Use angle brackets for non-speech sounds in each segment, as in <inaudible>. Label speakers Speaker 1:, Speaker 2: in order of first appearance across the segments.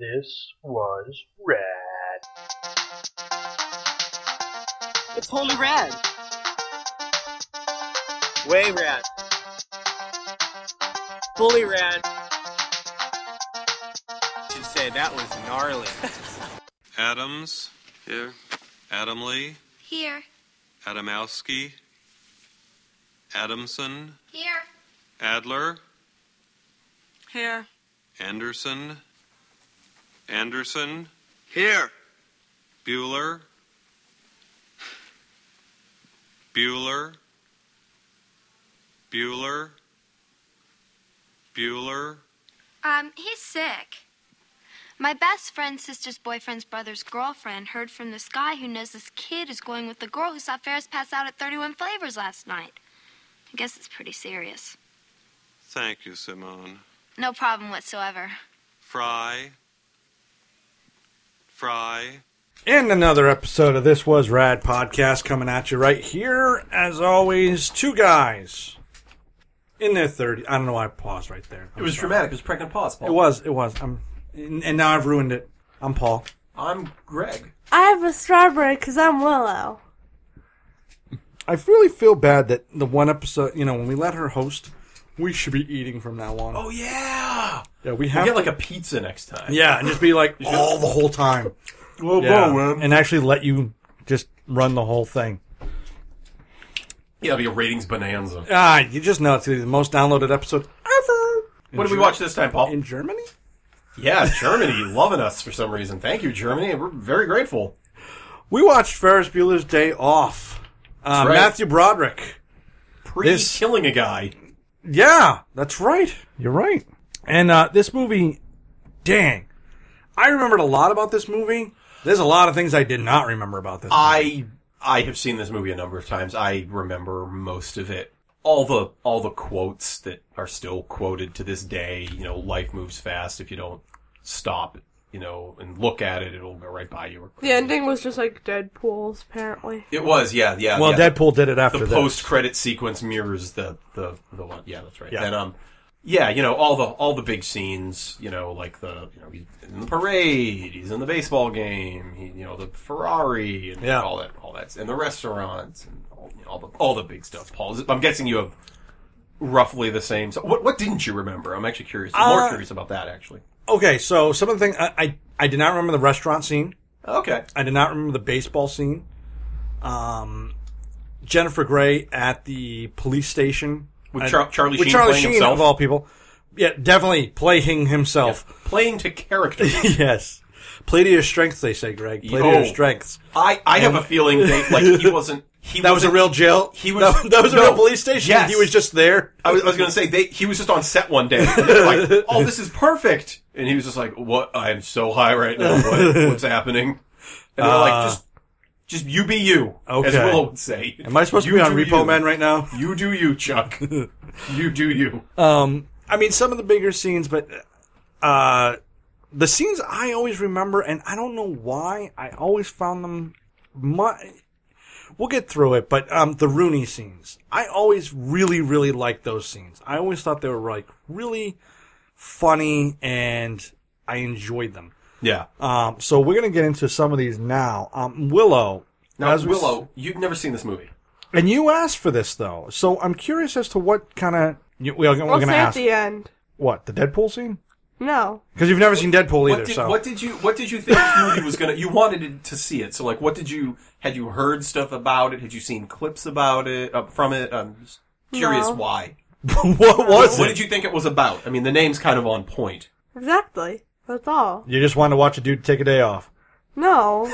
Speaker 1: This was rad.
Speaker 2: It's totally rad. Way rad. Fully rad. Should say that was gnarly.
Speaker 3: Adams.
Speaker 4: Here.
Speaker 3: Adam Lee.
Speaker 5: Here.
Speaker 3: Adamowski. Adamson.
Speaker 5: Here.
Speaker 3: Adler.
Speaker 2: Here.
Speaker 3: Anderson. Anderson.
Speaker 4: Here.
Speaker 3: Bueller. Bueller. Bueller. Bueller.
Speaker 5: Um, he's sick. My best friend's sister's boyfriend's brother's girlfriend heard from this guy who knows this kid is going with the girl who saw Ferris pass out at 31 Flavors last night. I guess it's pretty serious.
Speaker 3: Thank you, Simone.
Speaker 5: No problem whatsoever.
Speaker 3: Fry. Fry.
Speaker 6: And another episode of This Was Rad podcast coming at you right here. As always, two guys in their 30s. I don't know why I paused right there. I'm
Speaker 7: It was
Speaker 6: sorry.
Speaker 7: dramatic. It was pregnant pause. Paul.
Speaker 6: It was. It was. I'm, and and now I've ruined it. I'm Paul.
Speaker 7: I'm Greg.
Speaker 8: I have a strawberry because I'm Willow.
Speaker 6: I really feel bad that the one episode, you know, when we let her host, we should be eating from now on.
Speaker 7: Oh yeah.
Speaker 6: yeah, we
Speaker 7: We
Speaker 6: have
Speaker 7: get like a pizza next time.
Speaker 6: yeah, and just be like all the whole time.
Speaker 7: Well,
Speaker 6: Yeah, and actually let you just run the whole thing.
Speaker 7: Yeah, it'll be a ratings bonanza.
Speaker 6: Ah, you just know it's gonna be the most downloaded episode ever
Speaker 7: What did we watch this time, Paul?
Speaker 6: in Germany.
Speaker 7: yeah, Germany <laughs> loving us for some reason. Thank you, Germany. We're very grateful.
Speaker 6: We watched Ferris Bueller's Day Off. Uh,
Speaker 7: right.
Speaker 6: Matthew Broderick.
Speaker 7: Pre killing a guy.
Speaker 6: Yeah, that's right. You're right. And uh, this movie, dang, I remembered a lot about this movie. There's a lot of things I did not remember about this.
Speaker 7: I I have seen this movie a number of times. I remember most of it. All the all the quotes that are still quoted to this day. You know, life moves fast. If you don't stop, you know, and look at it, it'll go right by you.
Speaker 8: The ending was just like Deadpool's, apparently.
Speaker 7: It was, yeah, yeah.
Speaker 6: well,
Speaker 7: yeah.
Speaker 6: Deadpool did it after
Speaker 7: the
Speaker 6: this.
Speaker 7: post credit sequence mirrors the, the the one. Yeah, that's right.
Speaker 6: Yeah.
Speaker 7: And um, yeah, you know all the all the big scenes. You know, like the you know he's in the parade, he's in the baseball game, he, you know the Ferrari, and
Speaker 6: Yeah.
Speaker 7: all that, all that, and the restaurants, and all, you know, all the all the big stuff. Paul, is- I'm guessing you have roughly the same. So what what didn't you remember? I'm actually curious. I'm more
Speaker 6: Uh,
Speaker 7: curious about that actually.
Speaker 6: Okay, so some of the things I, I I did not remember the restaurant scene.
Speaker 7: Okay.
Speaker 6: I did not remember the baseball scene. Um, Jennifer Grey at the police station
Speaker 7: With
Speaker 6: I-
Speaker 7: Char- Charlie
Speaker 6: with
Speaker 7: Sheen
Speaker 6: Charlie
Speaker 7: playing
Speaker 6: Sheen
Speaker 7: himself.
Speaker 6: of all people. Yeah, definitely playing himself.
Speaker 7: Playing
Speaker 6: <laughs>
Speaker 7: to character.
Speaker 6: yes, play to your strengths, they say, Greg. Play to
Speaker 7: Oh.
Speaker 6: your strengths.
Speaker 7: I, I have a feeling they, like he wasn't. He
Speaker 6: <laughs> That was a
Speaker 7: wasn't-
Speaker 6: real jail.
Speaker 7: he was-
Speaker 6: <laughs> that, that was a
Speaker 7: no,
Speaker 6: real police station.
Speaker 7: yes.
Speaker 6: He was just there.
Speaker 7: I was, I was going to say they, he was just on set
Speaker 6: <laughs>
Speaker 7: one day. And they were like, oh, this is perfect, and he was just like, "What? I'm so high right now. What,
Speaker 6: <laughs>
Speaker 7: what's happening?" And they're
Speaker 6: Ah.
Speaker 7: like, "Just, just you be you," as
Speaker 6: Okay.
Speaker 7: Willow would say.
Speaker 6: Am I supposed
Speaker 7: You
Speaker 6: to be on
Speaker 7: do
Speaker 6: Repo
Speaker 7: you.
Speaker 6: Man right now?
Speaker 7: You do you, Chuck. you
Speaker 6: <laughs>
Speaker 7: do you.
Speaker 6: Um, I mean, some of the bigger scenes, but uh, the scenes I always remember, and I don't know why, I always found them. Mu- we'll get through it, but um, the Rooney scenes, I always really, really liked those scenes. I always thought they were like really funny, and I enjoyed them.
Speaker 7: Yeah.
Speaker 6: Um, so we're gonna get into some of these now. Um, Willow.
Speaker 7: Now,
Speaker 6: as we s-
Speaker 7: Willow, you've never seen this movie.
Speaker 6: and you asked for this though, so I'm curious as to what kind of we're, gonna- we're
Speaker 8: I'll
Speaker 6: gonna
Speaker 8: say at
Speaker 6: ask
Speaker 8: the end.
Speaker 6: what the Deadpool scene.
Speaker 8: No.
Speaker 6: Because you've never seen Deadpool either,
Speaker 7: What did,
Speaker 6: so
Speaker 7: what did you What did you think this movie was gonna? You wanted it to see it, so like, what did you? Had you heard stuff about it? Had you seen clips about it uh, from it? I'm just curious
Speaker 8: No.
Speaker 7: why.
Speaker 6: <laughs> what was
Speaker 7: What
Speaker 6: it?
Speaker 7: did you think it was about? I mean, the name's kind of on point.
Speaker 8: Exactly. That's all.
Speaker 6: You just wanted to watch a dude take a day off. <laughs>
Speaker 8: No.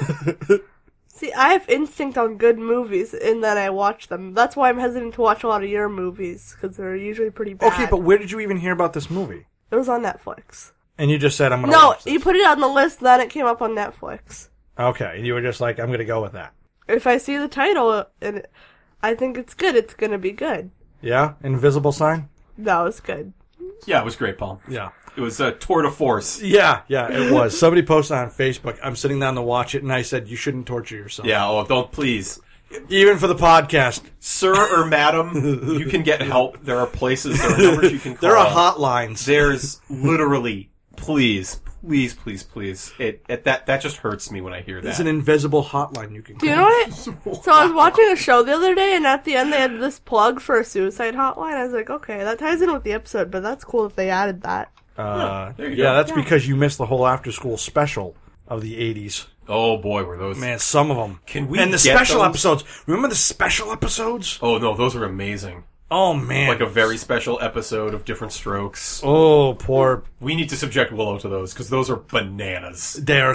Speaker 8: See, I have instinct on good movies in that I watch them. That's why I'm hesitant to watch a lot of your movies because they're usually pretty bad.
Speaker 6: Okay, but where did you even hear about this movie?
Speaker 8: it was on Netflix.
Speaker 6: And you just said I'm gonna
Speaker 8: No,
Speaker 6: watch this.
Speaker 8: you put it on the list, then it came up on Netflix.
Speaker 6: Okay, and you were just like I'm gonna go with that.
Speaker 8: If I see the title and it- I think it's good, it's gonna be good.
Speaker 6: Yeah, Invisible Sign.
Speaker 8: No, it's good.
Speaker 7: Yeah, it was great, Paul.
Speaker 6: Yeah,
Speaker 7: It was a tour de force.
Speaker 6: yeah, yeah. It was somebody posted on Facebook. I'm sitting down to watch it, and I said you shouldn't torture yourself.
Speaker 7: Yeah, oh, don't please.
Speaker 6: even for the podcast.
Speaker 7: Sir or madam, you can get help.
Speaker 6: <laughs>
Speaker 7: There are places, there are numbers you can call.
Speaker 6: There are hotlines.
Speaker 7: There's literally, please, please, please, please. It, it that that just hurts me when I hear that.
Speaker 6: There's an invisible hotline you can
Speaker 8: Do
Speaker 6: call.
Speaker 8: you know what? I, so I was watching a show the other day, and at the end they had this plug for a suicide hotline. I was like, okay, that ties in with the episode, but that's cool if they added that.
Speaker 6: Uh,
Speaker 7: there you
Speaker 6: yeah,
Speaker 7: go.
Speaker 6: that's because you missed the whole after school special of the 80s.
Speaker 7: oh boy, were those
Speaker 6: Man, some of them.
Speaker 7: Can we
Speaker 6: And the
Speaker 7: get
Speaker 6: special
Speaker 7: those?
Speaker 6: episodes. Remember the special episodes?
Speaker 7: Oh no, those are amazing.
Speaker 6: Oh man.
Speaker 7: Like a very special episode of different strokes.
Speaker 6: Oh, poor.
Speaker 7: We need to subject Willow to those because those are bananas.
Speaker 6: They are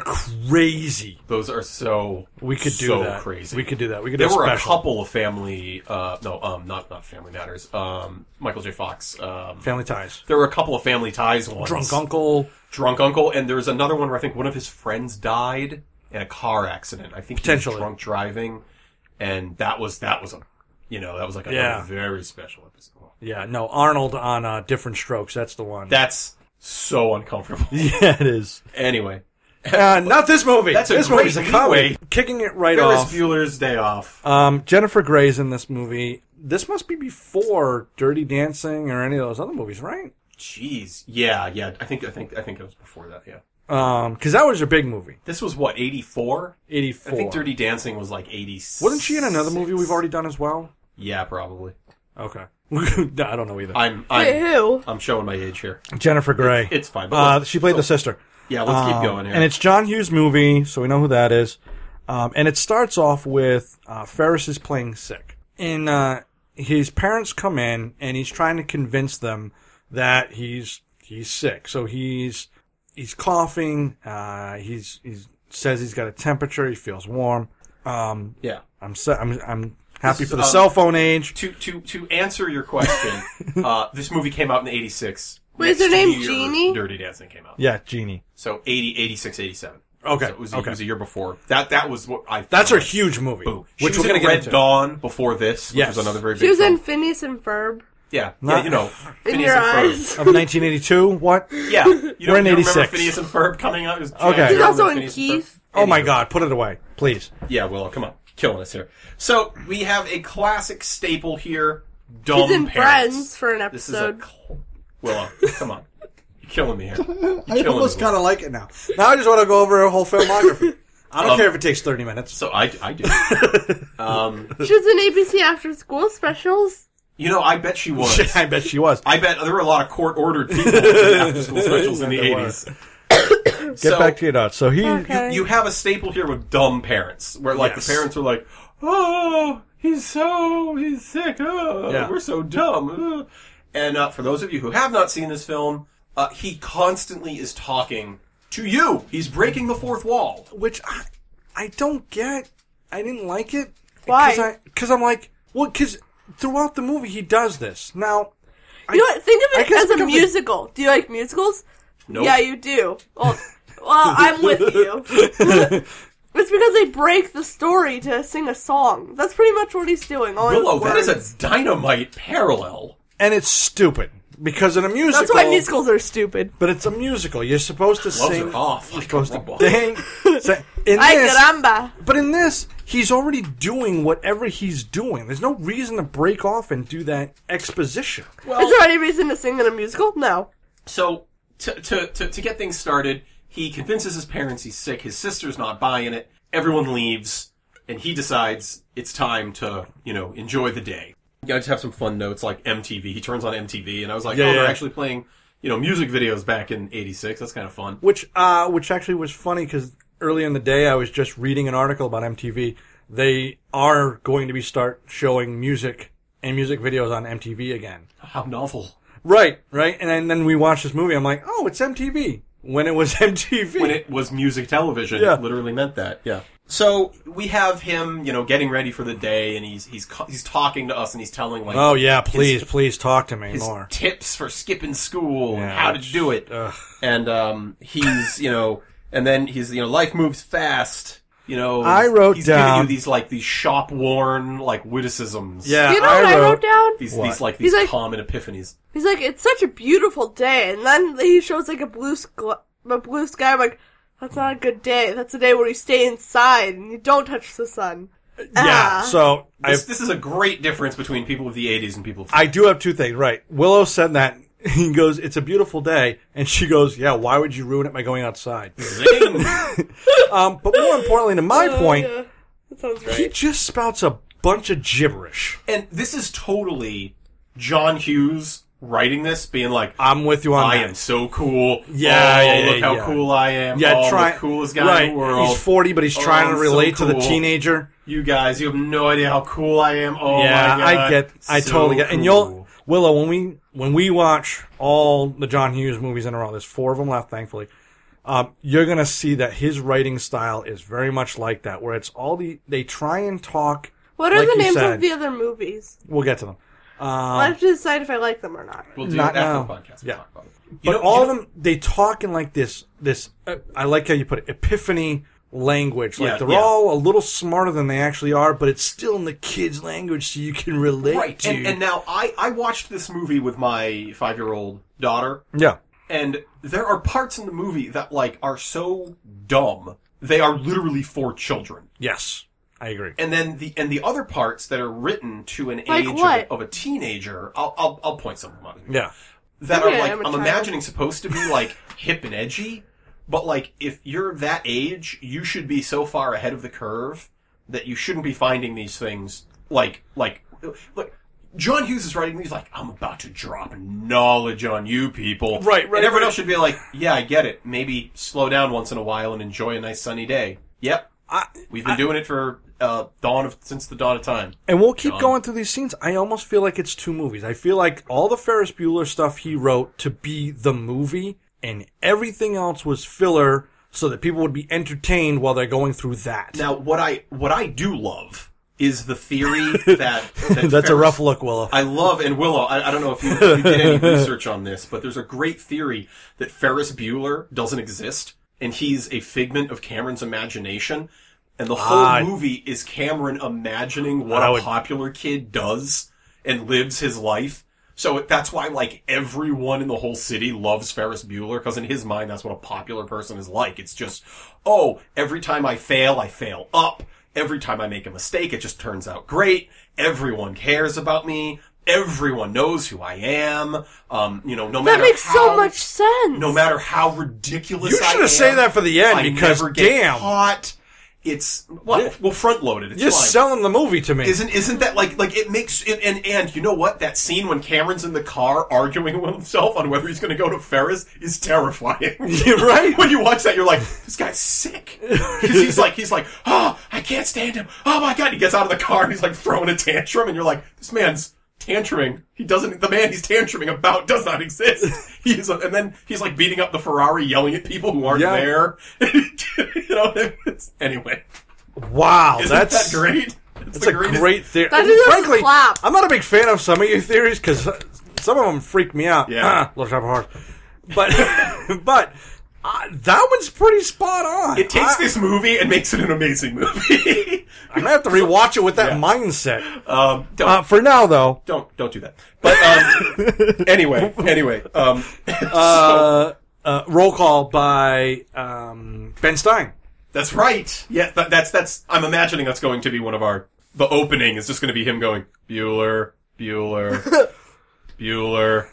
Speaker 6: crazy.
Speaker 7: Those are so
Speaker 6: We could do
Speaker 7: so
Speaker 6: that.
Speaker 7: crazy.
Speaker 6: We could do that. We could
Speaker 7: There
Speaker 6: do
Speaker 7: were a
Speaker 6: special.
Speaker 7: couple of family, uh, no, um, not not Family Matters. Um, Michael J. Fox. Um,
Speaker 6: Family ties.
Speaker 7: there were a couple of Family Ties ones.
Speaker 6: Drunk uncle.
Speaker 7: Drunk Uncle, and there's another one where I think one of his friends died in a car accident. I think he
Speaker 6: Potentially.
Speaker 7: was drunk driving, and that was that was a, you know, that was like a
Speaker 6: Yeah.
Speaker 7: very special episode.
Speaker 6: Yeah, no, Arnold on uh, Different Strokes. That's the one.
Speaker 7: That's so uncomfortable.
Speaker 6: <laughs> yeah, it is.
Speaker 7: anyway,
Speaker 6: Uh, not this movie.
Speaker 7: That's a
Speaker 6: this
Speaker 7: great
Speaker 6: movie's a comedy.
Speaker 7: leeway.
Speaker 6: Kicking it right
Speaker 7: Ferris
Speaker 6: off.
Speaker 7: Bueller's Day Off.
Speaker 6: Um, Jennifer Grey's in this movie. This must be before Dirty Dancing or any of those other movies, right?
Speaker 7: Jeez, yeah, yeah. I think I think I think it was before that. Yeah,
Speaker 6: Um, because that was her big movie,
Speaker 7: this was what eighty four.
Speaker 6: eighty four.
Speaker 7: I think Dirty Dancing was like 86.
Speaker 6: Wasn't she in another movie we've already done as well?
Speaker 7: Yeah, probably.
Speaker 6: Okay, <laughs> I don't know either.
Speaker 7: I'm
Speaker 8: Wait, <laughs>
Speaker 7: I'm,
Speaker 8: who?
Speaker 7: I'm showing my age here.
Speaker 6: Jennifer Grey.
Speaker 7: It's fine. but
Speaker 6: Uh,
Speaker 7: let's-
Speaker 6: she played
Speaker 7: so-
Speaker 6: the sister.
Speaker 7: Yeah, let's
Speaker 6: Um,
Speaker 7: keep going here.
Speaker 6: And it's John Hughes' movie, so we know who that is. Um, and it starts off with uh, Ferris is playing sick. And uh, his parents come in, and he's trying to convince them that he's he's sick. So he's he's coughing. Uh, he's he's says he's got a temperature. He feels warm. Um,
Speaker 7: yeah.
Speaker 6: I'm so, I'm I'm happy
Speaker 7: This is,
Speaker 6: for the
Speaker 7: um,
Speaker 6: cell phone age.
Speaker 7: To to to answer your
Speaker 6: <laughs>
Speaker 7: question, uh, this movie came out in '86.
Speaker 8: Wait, is
Speaker 7: Next
Speaker 8: her name
Speaker 7: year,
Speaker 8: Jeannie?
Speaker 7: Dirty Dancing came out.
Speaker 6: Yeah, Genie.
Speaker 7: So 80, 86, 87.
Speaker 6: Okay,
Speaker 7: So it was, a,
Speaker 6: okay.
Speaker 7: it was a year before. That that was what I.
Speaker 6: That's her huge movie,
Speaker 7: Boom. She
Speaker 6: which
Speaker 7: was
Speaker 6: we're gonna
Speaker 7: in
Speaker 6: get
Speaker 7: Red
Speaker 6: into.
Speaker 7: Dawn before this, which
Speaker 6: Yes.
Speaker 7: was another very big.
Speaker 8: She was
Speaker 7: film.
Speaker 8: in Phineas and Ferb.
Speaker 7: yeah, yeah,
Speaker 6: Not-
Speaker 7: you know,
Speaker 8: In
Speaker 7: Phineas
Speaker 8: your
Speaker 7: and Ferb.
Speaker 8: <laughs> eyes.
Speaker 6: of 1982.
Speaker 7: <laughs>
Speaker 6: What?
Speaker 7: Yeah, you don't,
Speaker 6: We're in
Speaker 7: you don't
Speaker 6: 86.
Speaker 7: remember Phineas and Ferb coming out? It was
Speaker 6: Okay.
Speaker 7: Jack
Speaker 6: She's
Speaker 7: Sparrow
Speaker 8: also
Speaker 7: and
Speaker 8: in
Speaker 7: Phineas and Ferb.
Speaker 8: Keith.
Speaker 6: Oh my
Speaker 7: Anyway.
Speaker 6: God! Put it away, please.
Speaker 7: Yeah, Willow, come on, killing us here. So we have a classic staple here. Dumb
Speaker 8: She's in
Speaker 7: parents.
Speaker 8: Friends for an
Speaker 7: This is a
Speaker 8: episode.
Speaker 7: cl- Willow. Come on, you're killing
Speaker 6: <laughs>
Speaker 7: me
Speaker 6: I
Speaker 7: here. killing
Speaker 6: almost
Speaker 7: me.
Speaker 6: kind of like it now. Now I just want to go over her whole filmography. I don't
Speaker 7: Um,
Speaker 6: care if it takes thirty <laughs> minutes.
Speaker 7: So I, I do. um,
Speaker 8: She was in ABC After School Specials.
Speaker 7: you know,
Speaker 6: <laughs>
Speaker 7: I bet she was.
Speaker 6: I bet she was.
Speaker 7: I bet there were a lot of court ordered people
Speaker 6: <laughs>
Speaker 7: in after school specials in the
Speaker 6: There were.
Speaker 7: eighties. <coughs>
Speaker 6: Get back to your notes. So he,
Speaker 8: Okay.
Speaker 7: You have a staple here with dumb parents, where like
Speaker 6: Yes.
Speaker 7: the parents are like, "Oh, he's so he's sick. Oh,
Speaker 6: Yeah.
Speaker 7: we're so dumb." Oh." And uh, for those of you who have not seen this film, uh, he constantly is talking to you. He's breaking the fourth wall.
Speaker 6: which I, I don't get. I didn't like it.
Speaker 8: Why?
Speaker 6: Because I'm like, well, because throughout the movie he does this. Now,
Speaker 8: You know what? Think of
Speaker 6: I
Speaker 8: it
Speaker 6: guess
Speaker 8: as a
Speaker 6: because it-
Speaker 8: musical. Do you like musicals?
Speaker 7: Nope.
Speaker 8: Yeah, you do. Well, well, I'm with
Speaker 7: <laughs>
Speaker 8: you. <laughs> It's because they break the story to sing a song. That's pretty much what he's doing. All in
Speaker 7: Willow, that is
Speaker 8: words.
Speaker 7: a dynamite parallel.
Speaker 6: and it's stupid because in a musical.
Speaker 8: That's why musicals are stupid.
Speaker 6: But it's a musical. You're supposed to
Speaker 7: Gloves
Speaker 6: sing.
Speaker 7: are off. Like
Speaker 6: Supposed
Speaker 7: a
Speaker 6: to <laughs>
Speaker 7: robot.
Speaker 6: ding. sing. In
Speaker 8: Ay,
Speaker 6: this,
Speaker 8: caramba.
Speaker 6: But in this, he's already doing whatever he's doing. There's no reason to break off and do that exposition.
Speaker 8: Is there any reason to sing in a musical? No.
Speaker 7: So to, to, to, to get things started, he convinces his parents he's sick. His sister's not buying it. Everyone leaves, and he decides it's time to you know enjoy the day. I just have some fun notes like MTV. He turns on MTV, and I was like,
Speaker 6: Yeah,
Speaker 7: oh,
Speaker 6: yeah.
Speaker 7: they're actually playing you know music videos back in '86. That's kind of fun.
Speaker 6: Which, uh, which actually was funny because early in the day, I was just reading an article about MTV. They are going to be start showing music and music videos on MTV again.
Speaker 7: How novel!
Speaker 6: Right, right. And then, then we watched this movie. I'm like, oh, it's MTV. When it was <laughs> MTV.
Speaker 7: When it was music television,
Speaker 6: Yeah.
Speaker 7: it literally meant that. Yeah. So we have him, you know, getting ready for the day, and he's he's co- he's talking to us, and he's telling like,
Speaker 6: oh yeah, please, please talk to me
Speaker 7: his
Speaker 6: more.
Speaker 7: tips for skipping school and
Speaker 6: Yeah,
Speaker 7: how to
Speaker 6: which-
Speaker 7: do it.
Speaker 6: ugh.
Speaker 7: And um, he's, you know, and then he's, you know, life moves fast. You know,
Speaker 6: I
Speaker 7: he's-
Speaker 6: wrote
Speaker 7: he's
Speaker 6: down-
Speaker 7: giving you these like these shop worn like witticisms.
Speaker 6: Yeah,
Speaker 8: You know what I wrote down?
Speaker 7: These,
Speaker 6: What?
Speaker 7: these like
Speaker 8: He's
Speaker 7: these
Speaker 8: like-
Speaker 7: common epiphanies.
Speaker 8: He's like, it's such a beautiful day, and then he shows like a blue sky. A blue sky. I'm like, that's not a good day. That's a day where you stay inside and you don't touch the sun.
Speaker 6: Yeah.
Speaker 8: Ah.
Speaker 6: So I
Speaker 7: This, this is a great difference between people of the '80s and people. Of
Speaker 6: I do have two things. Right. Willow said that <laughs> he goes, "It's a beautiful day," and she goes, "Yeah, why would you ruin it by going outside?"
Speaker 7: Zing!
Speaker 6: um, but more importantly, to my point,
Speaker 8: yeah. That sounds
Speaker 6: he
Speaker 8: right.
Speaker 6: just spouts a bunch of gibberish.
Speaker 7: and this is totally John Hughes writing this, being like,
Speaker 6: I'm with you on
Speaker 7: I
Speaker 6: that.
Speaker 7: am so cool.
Speaker 6: Yeah,
Speaker 7: oh,
Speaker 6: yeah, yeah,
Speaker 7: look how
Speaker 6: yeah.
Speaker 7: cool I am.
Speaker 6: yeah,
Speaker 7: Yeah, oh,
Speaker 6: try
Speaker 7: the coolest guy
Speaker 6: right.
Speaker 7: in the world.
Speaker 6: He's forty, but he's
Speaker 7: Oh,
Speaker 6: trying to
Speaker 7: I'm so
Speaker 6: relate to the
Speaker 7: cool.
Speaker 6: teenager.
Speaker 7: you guys, you have no idea how cool I am. Oh
Speaker 6: yeah,
Speaker 7: my god,
Speaker 6: I get, I
Speaker 7: So
Speaker 6: totally get. And
Speaker 7: cool.
Speaker 6: you'll Willow when we when we watch all the John Hughes movies in a row. There's four of them left, thankfully. Um, you're gonna see that his writing style is very much like that, where it's all the they try and talk.
Speaker 8: What are
Speaker 6: like
Speaker 8: the
Speaker 6: you
Speaker 8: names
Speaker 6: said. Um,
Speaker 8: of the other movies?
Speaker 6: We'll get to them.
Speaker 8: I have to decide if I like them or not.
Speaker 7: We'll do
Speaker 6: Not
Speaker 7: it after
Speaker 6: now.
Speaker 7: the podcast. We'll
Speaker 6: Yeah.
Speaker 7: talk about it. You
Speaker 6: But
Speaker 7: know-
Speaker 6: all
Speaker 7: you
Speaker 6: of them, they talk in like this. This uh, I like how you put it, epiphany language. Like
Speaker 7: Yeah,
Speaker 6: they're
Speaker 7: yeah.
Speaker 6: all a little smarter than they actually are, but it's still in the kids' language, so you can relate
Speaker 7: right
Speaker 6: to.
Speaker 7: and, and now i i watched this movie with my five year old daughter
Speaker 6: yeah,
Speaker 7: and there are parts in the movie that like are so dumb they are literally for children
Speaker 6: yes, I agree.
Speaker 7: and then the and the other parts that are written to an
Speaker 8: Like
Speaker 7: age
Speaker 8: what?
Speaker 7: of, of a teenager i'll i'll, I'll point some of them out
Speaker 6: Yeah,
Speaker 7: that
Speaker 8: Yeah,
Speaker 7: are like
Speaker 8: I'm
Speaker 7: i'm,
Speaker 8: a child.
Speaker 7: imagining supposed to be like hip and edgy but like if you're that age you should be so far ahead of the curve that you shouldn't be finding these things like like like John Hughes is writing these like I'm about to drop knowledge on you people.
Speaker 6: Right, right,
Speaker 7: And everyone
Speaker 6: right.
Speaker 7: else should be like, yeah, I get it. Maybe slow down once in a while and enjoy a nice sunny day. Yep.
Speaker 6: I,
Speaker 7: We've been doing it for uh, dawn of since the dawn of time.
Speaker 6: and we'll keep
Speaker 7: John.
Speaker 6: going through these scenes. I almost feel like it's two movies. I feel like all the Ferris Bueller stuff he wrote to be the movie, and everything else was filler, so that people would be entertained while they're going through that. <laughs>
Speaker 7: Now, what I what I do love is
Speaker 6: <laughs>
Speaker 7: the theory that, that
Speaker 6: That's a
Speaker 7: Ferris-
Speaker 6: rough look, Willow.
Speaker 7: I love and Willow. I, I don't know if you, if you did any research on this, but there's a great theory that Ferris Bueller doesn't exist and he's a figment of Cameron's imagination. And the whole
Speaker 6: Ah.
Speaker 7: movie is Cameron imagining what
Speaker 6: I
Speaker 7: a
Speaker 6: would-
Speaker 7: popular kid does and lives his life. So it- that's why, like, everyone in the whole city loves Ferris Bueller, because in his mind, that's what a popular person is like. It's just, oh, every time I fail, I fail up. Every time I make a mistake, it just turns out great. Everyone cares about me. Everyone knows who I am. Um, you know, no
Speaker 8: That
Speaker 7: matter
Speaker 8: makes
Speaker 7: how,
Speaker 8: so much sense.
Speaker 7: No matter how ridiculous
Speaker 6: You
Speaker 7: I
Speaker 6: should have saved
Speaker 7: am,
Speaker 6: that for the end,
Speaker 7: I
Speaker 6: because
Speaker 7: never get
Speaker 6: damn.
Speaker 7: caught. It's, well, we'll front load it. It's
Speaker 6: You're
Speaker 7: fine.
Speaker 6: selling the movie to me.
Speaker 7: Isn't isn't that like like it makes and, and and you know what that scene when Cameron's in the car arguing with himself on whether he's going to go to Ferris is
Speaker 6: <laughs>
Speaker 7: terrifying.
Speaker 6: <laughs> You're
Speaker 7: <laughs>
Speaker 6: right.
Speaker 7: when you watch that, you're like, this guy's sick because he's like he's like, oh, I can't stand him. Oh my god, he gets out of the car and he's like throwing a tantrum, and you're like, this man's tantruming. He doesn't. The man he's tantruming about does not exist. <laughs> He is, a, and then he's like beating up the Ferrari, yelling at people who aren't
Speaker 6: Yeah.
Speaker 7: there. <laughs> you know. it's- Anyway,
Speaker 6: wow,
Speaker 7: isn't
Speaker 6: that's
Speaker 7: that great. It's
Speaker 6: That's
Speaker 7: the
Speaker 6: a
Speaker 7: greatest-
Speaker 6: great theory.
Speaker 8: That is a
Speaker 6: Frankly,
Speaker 8: slap.
Speaker 6: I'm not a big fan of some of your theories because some of them freak me out. Ah,
Speaker 7: Yeah.
Speaker 6: Little Shop of Horrors. But <laughs> but uh, that one's pretty spot on.
Speaker 7: It takes
Speaker 6: I,
Speaker 7: this movie and makes it an amazing movie. <laughs>
Speaker 6: I'm gonna have to rewatch it with that
Speaker 7: Yeah.
Speaker 6: mindset.
Speaker 7: um, don't,
Speaker 6: Uh, for now, though,
Speaker 7: don't don't do that. But um, anyway, anyway, um, <laughs>
Speaker 6: uh, uh, roll call by um, Ben Stein.
Speaker 7: that's right. Yeah, that, that's that's. I'm imagining that's going to be one of our. The opening is just going to be him going Bueller,
Speaker 6: <laughs>
Speaker 7: Bueller, Bueller,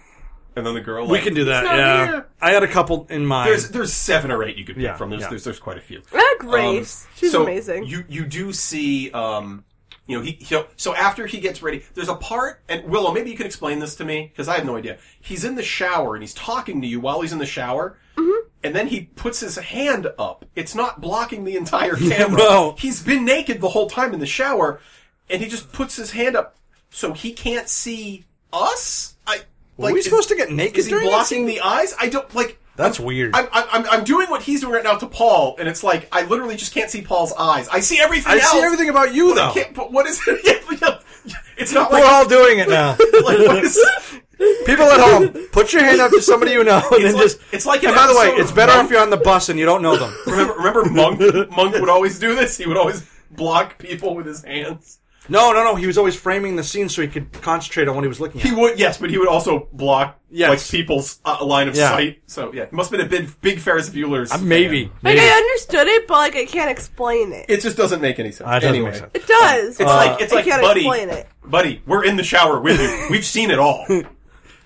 Speaker 7: and then the girl.
Speaker 6: We
Speaker 7: Like,
Speaker 6: can do that.
Speaker 7: not
Speaker 6: Yeah,
Speaker 7: here.
Speaker 6: I had a couple in mind.
Speaker 7: There's there's seven or eight you could pick
Speaker 6: Yeah,
Speaker 7: from. There's,
Speaker 6: yeah.
Speaker 7: there's there's quite a few.
Speaker 8: Ah, Grace.
Speaker 7: Um,
Speaker 8: She's
Speaker 7: so
Speaker 8: amazing.
Speaker 7: You you do see um you know he he'll, so after he gets ready there's a part and Willow maybe you can explain this to me because I have no idea. He's in the shower and he's talking to you while he's in the shower.
Speaker 8: Mm-hmm.
Speaker 7: And then he puts his hand up. It's not blocking the
Speaker 6: <laughs>
Speaker 7: entire camera.
Speaker 6: No.
Speaker 7: He's been naked the whole time in the shower and he just puts his hand up so he can't see us. I
Speaker 6: Were we
Speaker 7: is-
Speaker 6: supposed to get naked
Speaker 7: Is he
Speaker 6: during that
Speaker 7: blocking
Speaker 6: scene?
Speaker 7: the eyes? I don't like
Speaker 6: That's weird.
Speaker 7: I'm, I'm, I'm- I'm doing what he's doing right now to Paul, and it's like I literally just can't see Paul's eyes. I see everything.
Speaker 6: I
Speaker 7: else,
Speaker 6: see everything about you,
Speaker 7: but I
Speaker 6: though.
Speaker 7: can't- but what is it? <laughs> Yeah, yeah. it's not
Speaker 6: We're
Speaker 7: like,
Speaker 6: all doing it
Speaker 7: <laughs>
Speaker 6: now.
Speaker 7: like, what is,
Speaker 6: <laughs> People at home, put your hand up to somebody you know, and
Speaker 7: It's
Speaker 6: then
Speaker 7: like-
Speaker 6: just.
Speaker 7: it's like an
Speaker 6: And by the way,
Speaker 7: episode of
Speaker 6: it's better
Speaker 7: Monk.
Speaker 6: if you're on the bus and you don't know them.
Speaker 7: remember, remember Monk. Monk would always do this. He would always block people with his hands.
Speaker 6: <laughs> No, no, no. He was always framing the scene so he could concentrate on what he was looking at.
Speaker 7: He would yes, but he would also block
Speaker 6: Yes.
Speaker 7: like people's uh, line of
Speaker 6: Yeah.
Speaker 7: sight. So yeah, must have been a big big Ferris Bueller's.
Speaker 6: Uh, maybe.
Speaker 7: fan.
Speaker 8: like
Speaker 6: maybe.
Speaker 8: I understood it, but like I can't explain it. It,
Speaker 7: It just doesn't make any sense.
Speaker 6: Ah, it doesn't
Speaker 7: anyway,
Speaker 6: make sense.
Speaker 8: does.
Speaker 7: It's
Speaker 8: but
Speaker 7: like it's
Speaker 8: I
Speaker 7: like
Speaker 8: can't
Speaker 7: buddy,
Speaker 8: explain it.
Speaker 6: <laughs>
Speaker 7: buddy. We're in the shower with you. We've seen it all.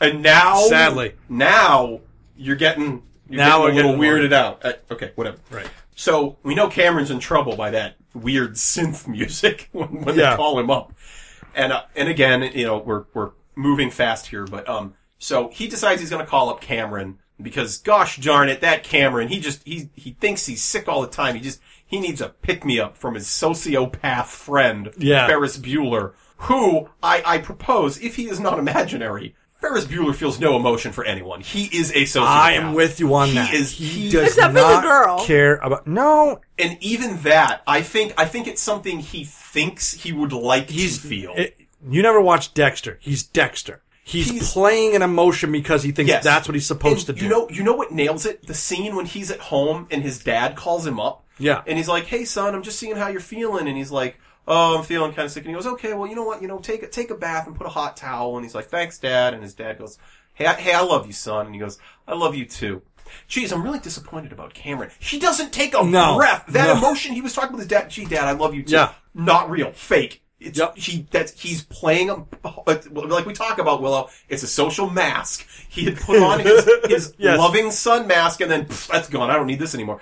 Speaker 7: And now,
Speaker 6: Sadly.
Speaker 7: now you're getting you're
Speaker 6: Now
Speaker 7: now
Speaker 6: we're
Speaker 7: getting a little
Speaker 6: getting
Speaker 7: weirded out. Uh, okay, whatever.
Speaker 6: Right.
Speaker 7: So we know Cameron's in trouble by that weird synth music <laughs> when, when
Speaker 6: Yeah.
Speaker 7: they call him up, and uh, and again, you know, we're we're moving fast here, but um, so he decides he's going to call up Cameron because gosh darn it, that Cameron, he just he he thinks he's sick all the time. He just he needs a pick me up from his sociopath friend,
Speaker 6: Yeah.
Speaker 7: Ferris Bueller, who I I propose if he is not imaginary. Ferris Bueller feels no emotion for anyone. He is a sociopath.
Speaker 6: I am with you on
Speaker 7: He
Speaker 6: that.
Speaker 7: is-
Speaker 6: he
Speaker 7: he-
Speaker 6: does
Speaker 8: Except for the
Speaker 6: not
Speaker 8: girl.
Speaker 6: care about. No,
Speaker 7: and even that, I think, I think it's something he thinks he would like
Speaker 6: he's
Speaker 7: to feel.
Speaker 6: it- you never watched Dexter. He's Dexter. He's,
Speaker 7: He's-
Speaker 6: playing an emotion because he thinks
Speaker 7: Yes.
Speaker 6: that's what he's supposed
Speaker 7: And
Speaker 6: to do.
Speaker 7: You know, you know what nails it? The scene when he's at home and his dad calls him up.
Speaker 6: Yeah.
Speaker 7: And he's like, "Hey, son, I'm just seeing how you're feeling." And he's like, "Oh, I'm feeling kind of sick." And he goes, "Okay, well, you know what? You know, take a, take a bath and put a hot towel." And he's like, "Thanks, dad." And his dad goes, "Hey, I, hey, I love you, son." And he goes, "I love you too." Geez, I'm really disappointed about Cameron. He doesn't take a
Speaker 6: No.
Speaker 7: breath. That
Speaker 6: No.
Speaker 7: emotion he was talking with his dad. Gee, dad, I love you too.
Speaker 6: Yeah.
Speaker 7: Not real. Fake. It's
Speaker 6: Yep.
Speaker 7: he that's he's playing a like we talk about Willow. It's a social mask. He had put on his, his
Speaker 6: <laughs> Yes.
Speaker 7: loving sun mask, and then pff, that's gone. I don't need this anymore.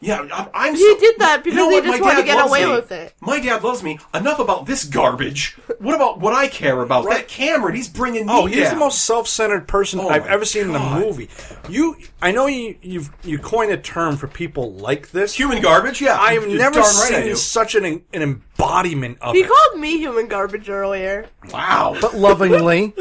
Speaker 7: Yeah, I'm. I'm
Speaker 8: He did that because he
Speaker 7: what?
Speaker 8: just
Speaker 7: My
Speaker 8: wanted to
Speaker 7: dad
Speaker 8: get
Speaker 7: loves
Speaker 8: away
Speaker 7: me.
Speaker 8: with it.
Speaker 7: My dad loves me. Enough about this garbage. What about what I care about? That Cameron, he's bringing me
Speaker 6: Oh, he's
Speaker 7: down.
Speaker 6: the most self-centered person
Speaker 7: Oh
Speaker 6: I've
Speaker 7: my
Speaker 6: ever seen in
Speaker 7: God.
Speaker 6: a movie. You, I know you, you've you coined a term for people like this.
Speaker 7: human garbage. Yeah,
Speaker 6: I have
Speaker 7: You're
Speaker 6: never
Speaker 7: darn right I
Speaker 6: seen
Speaker 7: do.
Speaker 6: such an an embodiment of
Speaker 8: He
Speaker 6: it. Uh,
Speaker 8: called me human garbage earlier.
Speaker 7: Wow.
Speaker 6: <laughs> lovingly.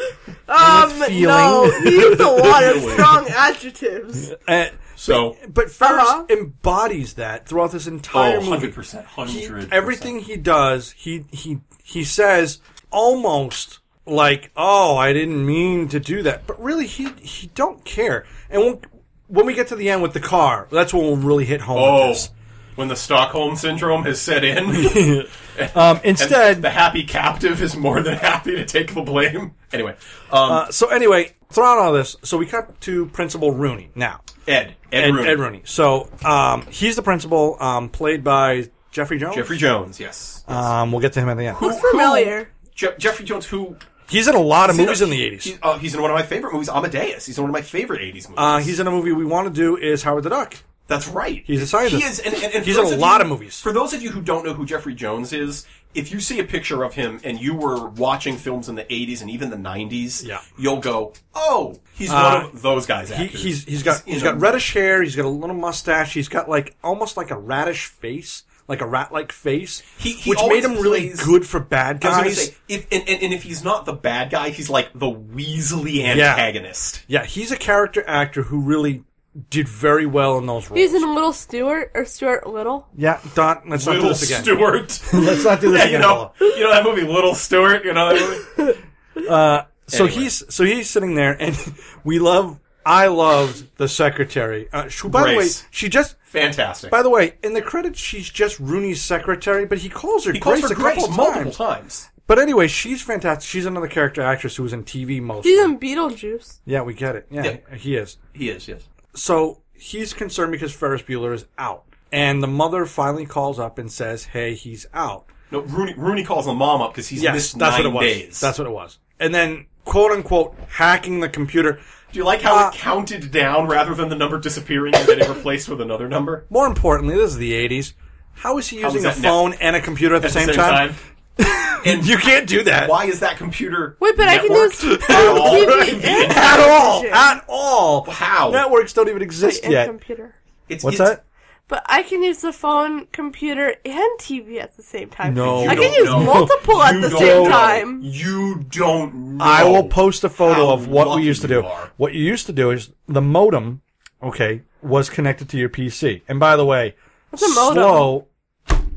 Speaker 8: Um,
Speaker 6: feeling.
Speaker 8: no, he
Speaker 7: <laughs>
Speaker 8: used a lot of strong adjectives.
Speaker 6: Uh,
Speaker 7: so
Speaker 6: but Ferris
Speaker 8: Uh-huh.
Speaker 6: embodies that throughout this entire
Speaker 7: oh,
Speaker 6: movie.
Speaker 7: 100%,
Speaker 6: He-
Speaker 7: 100%.
Speaker 6: everything he does, he he he says almost like, "Oh, I didn't mean to do that," but really, he he don't care. And when, when we get to the end with the car, that's when we'll really hit home.
Speaker 7: Oh,
Speaker 6: with this.
Speaker 7: when the Stockholm syndrome has
Speaker 6: <laughs>
Speaker 7: set in.
Speaker 6: Um,
Speaker 7: And
Speaker 6: instead,
Speaker 7: the happy captive is more than happy to take the blame. Anyway, um,
Speaker 6: uh, so anyway, throughout all this, so we cut to Principal Rooney now.
Speaker 7: Ed, Ed,
Speaker 6: Ed,
Speaker 7: Rooney.
Speaker 6: Ed Rooney. So um, he's the principal, um, played by Jeffrey Jones.
Speaker 7: Jeffrey Jones, yes.
Speaker 6: Um, we'll get to him at the end.
Speaker 8: Looks familiar.
Speaker 7: Je- Jeffrey Jones, who
Speaker 6: He's in a lot of
Speaker 7: he's
Speaker 6: movies in the eighties.
Speaker 7: He's, uh, he's in one of my favorite movies, Amadeus. He's in one of my favorite '80s movies.
Speaker 6: Uh, he's in a movie we want to do is Howard the Duck.
Speaker 7: That's right.
Speaker 6: He's a scientist.
Speaker 7: He is, and, and, and
Speaker 6: He's
Speaker 7: for
Speaker 6: in a
Speaker 7: those
Speaker 6: lot
Speaker 7: you-
Speaker 6: of movies.
Speaker 7: For those of you who don't know who Jeffrey Jones is, if you see a picture of him and you were watching films in the '80s and even the '90s,
Speaker 6: Yeah.
Speaker 7: you'll go, "Oh, he's
Speaker 6: Uh,
Speaker 7: one of those guys."
Speaker 6: He,
Speaker 7: actors.
Speaker 6: he's he's got
Speaker 7: in
Speaker 6: he's got
Speaker 7: a-
Speaker 6: reddish hair. He's got a little mustache. He's got like almost like a radish face, like a rat like face,
Speaker 7: He- he
Speaker 6: which made
Speaker 7: always
Speaker 6: him really
Speaker 7: plays-
Speaker 6: good for bad
Speaker 7: I was gonna
Speaker 6: guys.
Speaker 7: say, if and, and, and if he's not the bad guy, he's like the Weasley
Speaker 6: Yeah.
Speaker 7: antagonist.
Speaker 6: yeah, he's a character actor who really did very well in those roles.
Speaker 8: He's in Little Stewart or Stuart Little.
Speaker 6: yeah, Don, let's not do
Speaker 7: Little
Speaker 6: this again.
Speaker 7: Stewart.
Speaker 6: <laughs> Let's not do this
Speaker 7: yeah, you
Speaker 6: again.
Speaker 7: know,
Speaker 6: Paula.
Speaker 7: you know that movie Little Stewart. You know, that movie?
Speaker 6: So
Speaker 7: Anyway.
Speaker 6: he's so he's sitting there, and <laughs> we love. I loved the secretary. Uh, who, by
Speaker 7: Grace.
Speaker 6: the way, she just.
Speaker 7: fantastic.
Speaker 6: By the way, in the credits, she's just Rooney's secretary, but he calls her
Speaker 7: he calls
Speaker 6: Grace
Speaker 7: for
Speaker 6: a
Speaker 7: Grace
Speaker 6: couple of
Speaker 7: multiple
Speaker 6: times.
Speaker 7: times.
Speaker 6: But anyway, she's fantastic. She's another character actress who was in TV mostly.
Speaker 8: He's in Beetlejuice.
Speaker 6: yeah, we get it. Yeah,
Speaker 7: Yeah.
Speaker 6: he is.
Speaker 7: He is, yes.
Speaker 6: So he's concerned because Ferris Bueller is out, and the mother finally calls up and says, "Hey, he's out."
Speaker 7: No, Rooney, Rooney calls the mom up because he's
Speaker 6: Yes,
Speaker 7: missed
Speaker 6: that's
Speaker 7: nine
Speaker 6: what it was.
Speaker 7: days.
Speaker 6: That's what it was. And then, quote unquote, hacking the computer.
Speaker 7: Do you like how
Speaker 6: Uh,
Speaker 7: it counted down rather than the number disappearing and getting replaced with another number
Speaker 6: More importantly, this is the 80s. How is he
Speaker 7: How
Speaker 6: using a
Speaker 7: was that ne-
Speaker 6: phone and a computer at the
Speaker 7: at
Speaker 6: same,
Speaker 7: the same
Speaker 6: time?
Speaker 7: time?
Speaker 6: You can't do that.
Speaker 7: Why is that computer?
Speaker 8: Wait, but I can
Speaker 7: networked <laughs>
Speaker 8: use
Speaker 7: at
Speaker 8: phone,
Speaker 6: <laughs>
Speaker 7: all?
Speaker 8: TV, and-
Speaker 6: At all.
Speaker 8: Shit.
Speaker 6: At all.
Speaker 7: How?
Speaker 6: Networks don't even exist
Speaker 8: and
Speaker 6: yet.
Speaker 8: computer.
Speaker 7: It's-
Speaker 6: What's
Speaker 7: it's-
Speaker 6: that?
Speaker 8: But I can use the phone, computer, and TV at the same time.
Speaker 6: No. You
Speaker 8: I can
Speaker 7: don't
Speaker 8: use
Speaker 7: know.
Speaker 8: multiple at
Speaker 7: You
Speaker 8: the
Speaker 7: don't
Speaker 8: same
Speaker 7: know.
Speaker 8: time.
Speaker 7: You don't know.
Speaker 6: I will post a photo
Speaker 7: How
Speaker 6: of what we
Speaker 7: lucky
Speaker 6: used to
Speaker 7: you
Speaker 6: do.
Speaker 7: are.
Speaker 6: What you used to do is the modem, okay, was connected to your PC. And by the way,
Speaker 8: a modem?
Speaker 6: slow.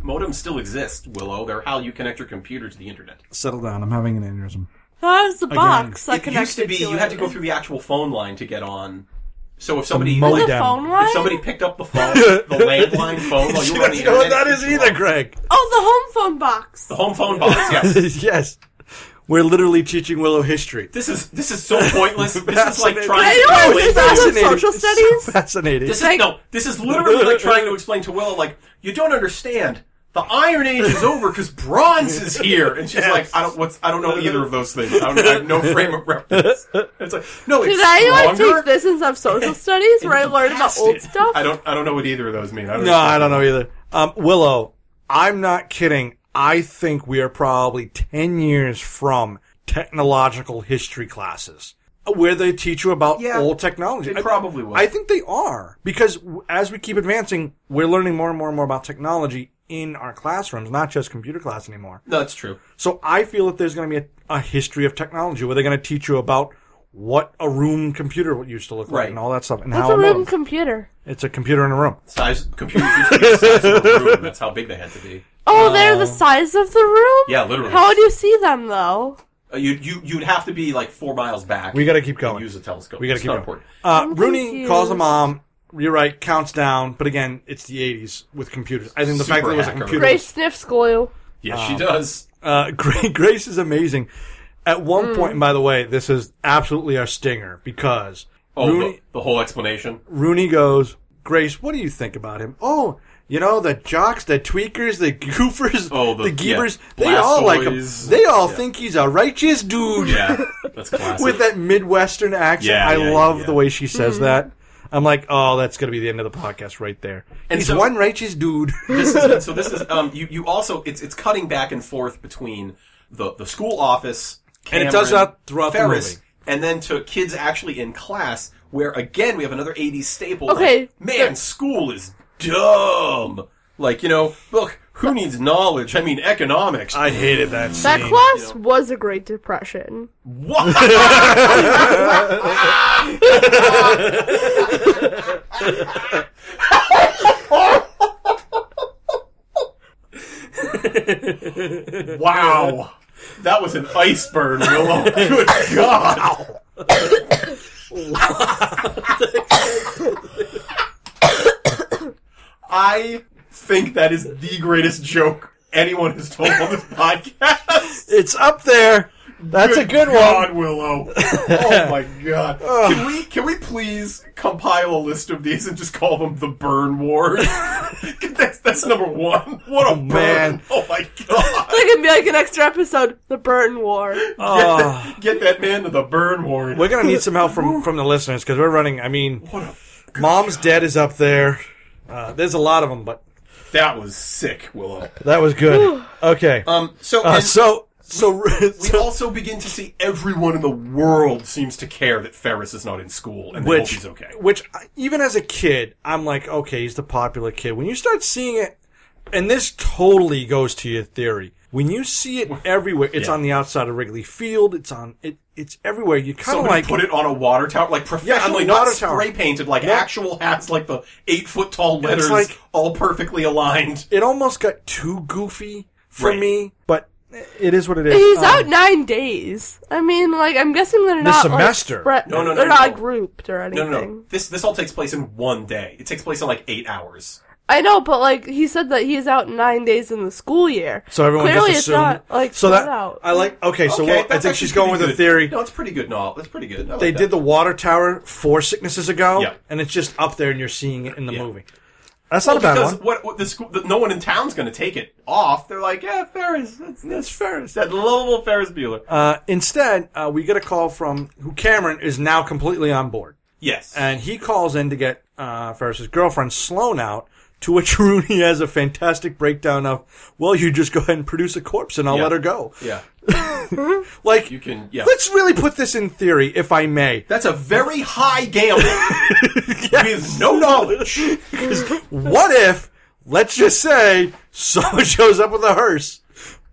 Speaker 7: Modems still exist, Willow. They're how you connect your computer to the internet.
Speaker 6: Settle down. I'm having an aneurysm.
Speaker 8: That was the box that
Speaker 7: it
Speaker 8: connected
Speaker 7: used to be you
Speaker 8: it.
Speaker 7: had to go through the actual phone line to get on. So if somebody
Speaker 6: modem.
Speaker 8: Was
Speaker 6: Really
Speaker 8: it
Speaker 6: down.
Speaker 8: phone line?
Speaker 7: if somebody picked up the phone, the landline phone while <laughs> you
Speaker 6: she <laughs>
Speaker 7: were on the
Speaker 6: doesn't know what
Speaker 7: internet,
Speaker 6: that is
Speaker 7: you
Speaker 6: either,
Speaker 7: are-
Speaker 6: Greg. <laughs>
Speaker 8: Oh, the home phone box.
Speaker 7: The home phone box. Yes.
Speaker 6: yes. We're literally teaching Willow history.
Speaker 7: This is this is so pointless. This is like
Speaker 6: Fascinating.
Speaker 7: trying
Speaker 8: I
Speaker 7: to
Speaker 8: know, I
Speaker 7: explain-
Speaker 8: was just
Speaker 6: Fascinating.
Speaker 8: Social
Speaker 6: It's so
Speaker 8: studies?
Speaker 6: fascinating.
Speaker 7: This is no. This is literally like trying to explain to Willow, like you don't understand. The Iron Age is over because bronze is here, and she's like, I don't, what's, I don't know either of those things. I, don't, I have no frame of reference. It's like, no, it's
Speaker 8: Did I like
Speaker 7: stronger
Speaker 8: take this in some social studies where I
Speaker 7: and
Speaker 8: learned about
Speaker 7: cast
Speaker 8: old
Speaker 7: it.
Speaker 8: stuff?
Speaker 7: I don't, I don't know what either of those mean. I don't
Speaker 6: No, I don't know either. Um, Willow, I'm not kidding. I think we are probably 10 years from technological history classes uh, where they teach you about
Speaker 7: Yeah.
Speaker 6: old technology.
Speaker 7: They
Speaker 6: I-
Speaker 7: probably will.
Speaker 6: I think they are because w- as we keep advancing, we're learning more and more and more about technology in our classrooms, not just computer class anymore.
Speaker 7: No, it's true.
Speaker 6: So I feel that there's going to be a, a history of technology where they're going to teach you about what a room computer used to look like
Speaker 7: Right.
Speaker 6: and all that stuff and
Speaker 8: What's
Speaker 6: how
Speaker 8: a
Speaker 6: it
Speaker 8: room
Speaker 6: moved.
Speaker 8: computer?
Speaker 6: it's a computer in a room.
Speaker 7: Size computers used to be the size of
Speaker 6: <laughs>
Speaker 7: a room. That's how big they had to be.
Speaker 8: Oh, they're the size of the room.
Speaker 7: Yeah, literally.
Speaker 8: How would you see them though?
Speaker 7: Uh, you you you'd have to be like four miles back.
Speaker 6: We got to keep
Speaker 7: and
Speaker 6: going.
Speaker 7: Use a telescope.
Speaker 6: We got to
Speaker 7: It's
Speaker 6: keep
Speaker 7: not
Speaker 6: going.
Speaker 7: important.
Speaker 6: Uh,
Speaker 8: I'm
Speaker 6: Rooney
Speaker 8: confused.
Speaker 6: calls a mom. You're right. Counts down. But again, it's the 80s with computers. I think the fact
Speaker 7: Super
Speaker 6: that it was a
Speaker 7: hacker.
Speaker 6: computer.
Speaker 8: Grace sniffs glue.
Speaker 7: Yes,
Speaker 6: Um,
Speaker 7: she does.
Speaker 6: Uh, <laughs> Gra- Grace is amazing. At one
Speaker 8: Hmm.
Speaker 6: point, and by the way, this is absolutely our stinger because
Speaker 7: Oh,
Speaker 6: Rooney,
Speaker 7: the, the
Speaker 6: <laughs>
Speaker 7: whole explanation.
Speaker 6: Rooney goes, Grace, what do you think about him? Oh, you know, the jocks, the tweakers, the <laughs> goofers,
Speaker 7: Oh, the-
Speaker 6: the geebers,
Speaker 7: yeah,
Speaker 6: they all like him.
Speaker 7: Blastoise.
Speaker 6: They all
Speaker 7: Yeah.
Speaker 6: think he's a righteous dude.
Speaker 7: Yeah, that's classic.
Speaker 6: With that Midwestern accent.
Speaker 7: Yeah,
Speaker 6: I
Speaker 7: yeah,
Speaker 6: love
Speaker 7: yeah.
Speaker 6: the way she says that. I'm like, oh, that's going to be the end of the podcast right there.
Speaker 7: And
Speaker 6: he's
Speaker 7: so-
Speaker 6: one righteous dude. <laughs>
Speaker 7: this is, so this is um you you also it's it's cutting back and forth between the the school office
Speaker 6: And it does
Speaker 7: Cameron,
Speaker 6: that throughout the
Speaker 7: Ferris,
Speaker 6: movie.
Speaker 7: and then to kids actually in class where again we have another 80s staple
Speaker 8: Okay,
Speaker 7: like, man
Speaker 8: the-
Speaker 7: school is dumb like you know look who needs knowledge i mean economics
Speaker 6: I hated that scene.
Speaker 8: That class was a Great Depression.
Speaker 7: what wow <laughs> that was an
Speaker 6: <laughs>
Speaker 7: iceberg willow good god i think that is the greatest joke anyone has told on this podcast
Speaker 6: <laughs> It's up there. That's a good
Speaker 7: God,
Speaker 6: one.
Speaker 7: Willow. Oh my god.
Speaker 6: <laughs>
Speaker 7: Can we can we please compile a list of these and just call them the Burn Wars? <laughs> that's, that's number one. What a burn.
Speaker 6: man.
Speaker 7: Oh my god.
Speaker 8: That could be like an extra episode, the Burn War.
Speaker 6: Oh,
Speaker 7: <laughs> Get that man to the Burn War.
Speaker 6: we're gonna need some help from from the listeners because we're running. I mean, Mom's Dead is up there. Uh, there's a lot of them, but
Speaker 7: That was sick, Willow.
Speaker 6: that was good. Okay.
Speaker 7: Um. So.
Speaker 6: Uh,
Speaker 7: and
Speaker 6: so
Speaker 7: <laughs>
Speaker 6: so
Speaker 7: we
Speaker 6: so-
Speaker 7: also begin to see everyone in the world seems to care that Ferris is not in school and they hope
Speaker 6: which
Speaker 7: he's okay.
Speaker 6: which I- even as a kid, I'm like, okay, he's the popular kid. When you start seeing it, and this totally goes to your theory. When you see it everywhere, it's
Speaker 7: Yeah.
Speaker 6: on the outside of Wrigley Field. It's on it. It's everywhere. You kind of
Speaker 7: Somebody
Speaker 6: like
Speaker 7: put it on a water tower, like professionally,
Speaker 6: on a
Speaker 7: not
Speaker 6: water tower.
Speaker 7: spray painted, like actual hats, like the eight foot tall letters,
Speaker 6: like-
Speaker 7: all perfectly aligned.
Speaker 6: it almost got too goofy for
Speaker 7: Right.
Speaker 6: me, but it is what it is.
Speaker 8: He's
Speaker 6: Um,
Speaker 8: out nine days. I mean, like I'm guessing they're not like,
Speaker 6: semester.
Speaker 8: spread-
Speaker 7: No, no, no,
Speaker 8: they're
Speaker 7: no.
Speaker 8: not grouped or
Speaker 7: No,
Speaker 8: anything.
Speaker 7: no, no. This this all takes place in one day. It takes place in like eight hours.
Speaker 8: I know, but like he said that he's out nine days in the school year.
Speaker 6: So everyone
Speaker 8: clearly
Speaker 6: just
Speaker 8: it's
Speaker 6: assumed-
Speaker 8: not like
Speaker 6: so that
Speaker 8: out.
Speaker 6: I like. Okay, so
Speaker 7: Okay,
Speaker 6: well, I
Speaker 7: that's
Speaker 6: think
Speaker 7: actually
Speaker 6: she's going with
Speaker 7: pretty
Speaker 6: a
Speaker 7: good.
Speaker 6: theory.
Speaker 7: No, it's pretty good. No, that's pretty good. I like
Speaker 6: they
Speaker 7: that.
Speaker 6: did the water tower four sicknesses ago,
Speaker 7: Yeah.
Speaker 6: and it's just up there, and you're seeing it in the
Speaker 7: Yeah.
Speaker 6: movie. That's
Speaker 7: Well,
Speaker 6: not a bad
Speaker 7: because
Speaker 6: one.
Speaker 7: What, what the school? The, no one in town's going to take it off. They're like, yeah, Ferris. That's, that's Ferris. That lovable Ferris Bueller.
Speaker 6: Uh, instead, uh, we get a call from who Cameron is now completely on board,
Speaker 7: yes.
Speaker 6: and he calls in to get uh, Ferris's girlfriend Sloan out. To which <laughs> Rooney has a fantastic breakdown of, "Well, you just go ahead and produce a corpse, and I'll
Speaker 7: Yeah.
Speaker 6: let her go."
Speaker 7: yeah.
Speaker 6: Like
Speaker 7: You can. Yeah.
Speaker 6: Let's really put this in theory, if I may.
Speaker 7: That's a very
Speaker 6: <laughs>
Speaker 7: high gamble with no knowledge.
Speaker 6: What if, let's just say, someone <laughs> shows up with a hearse?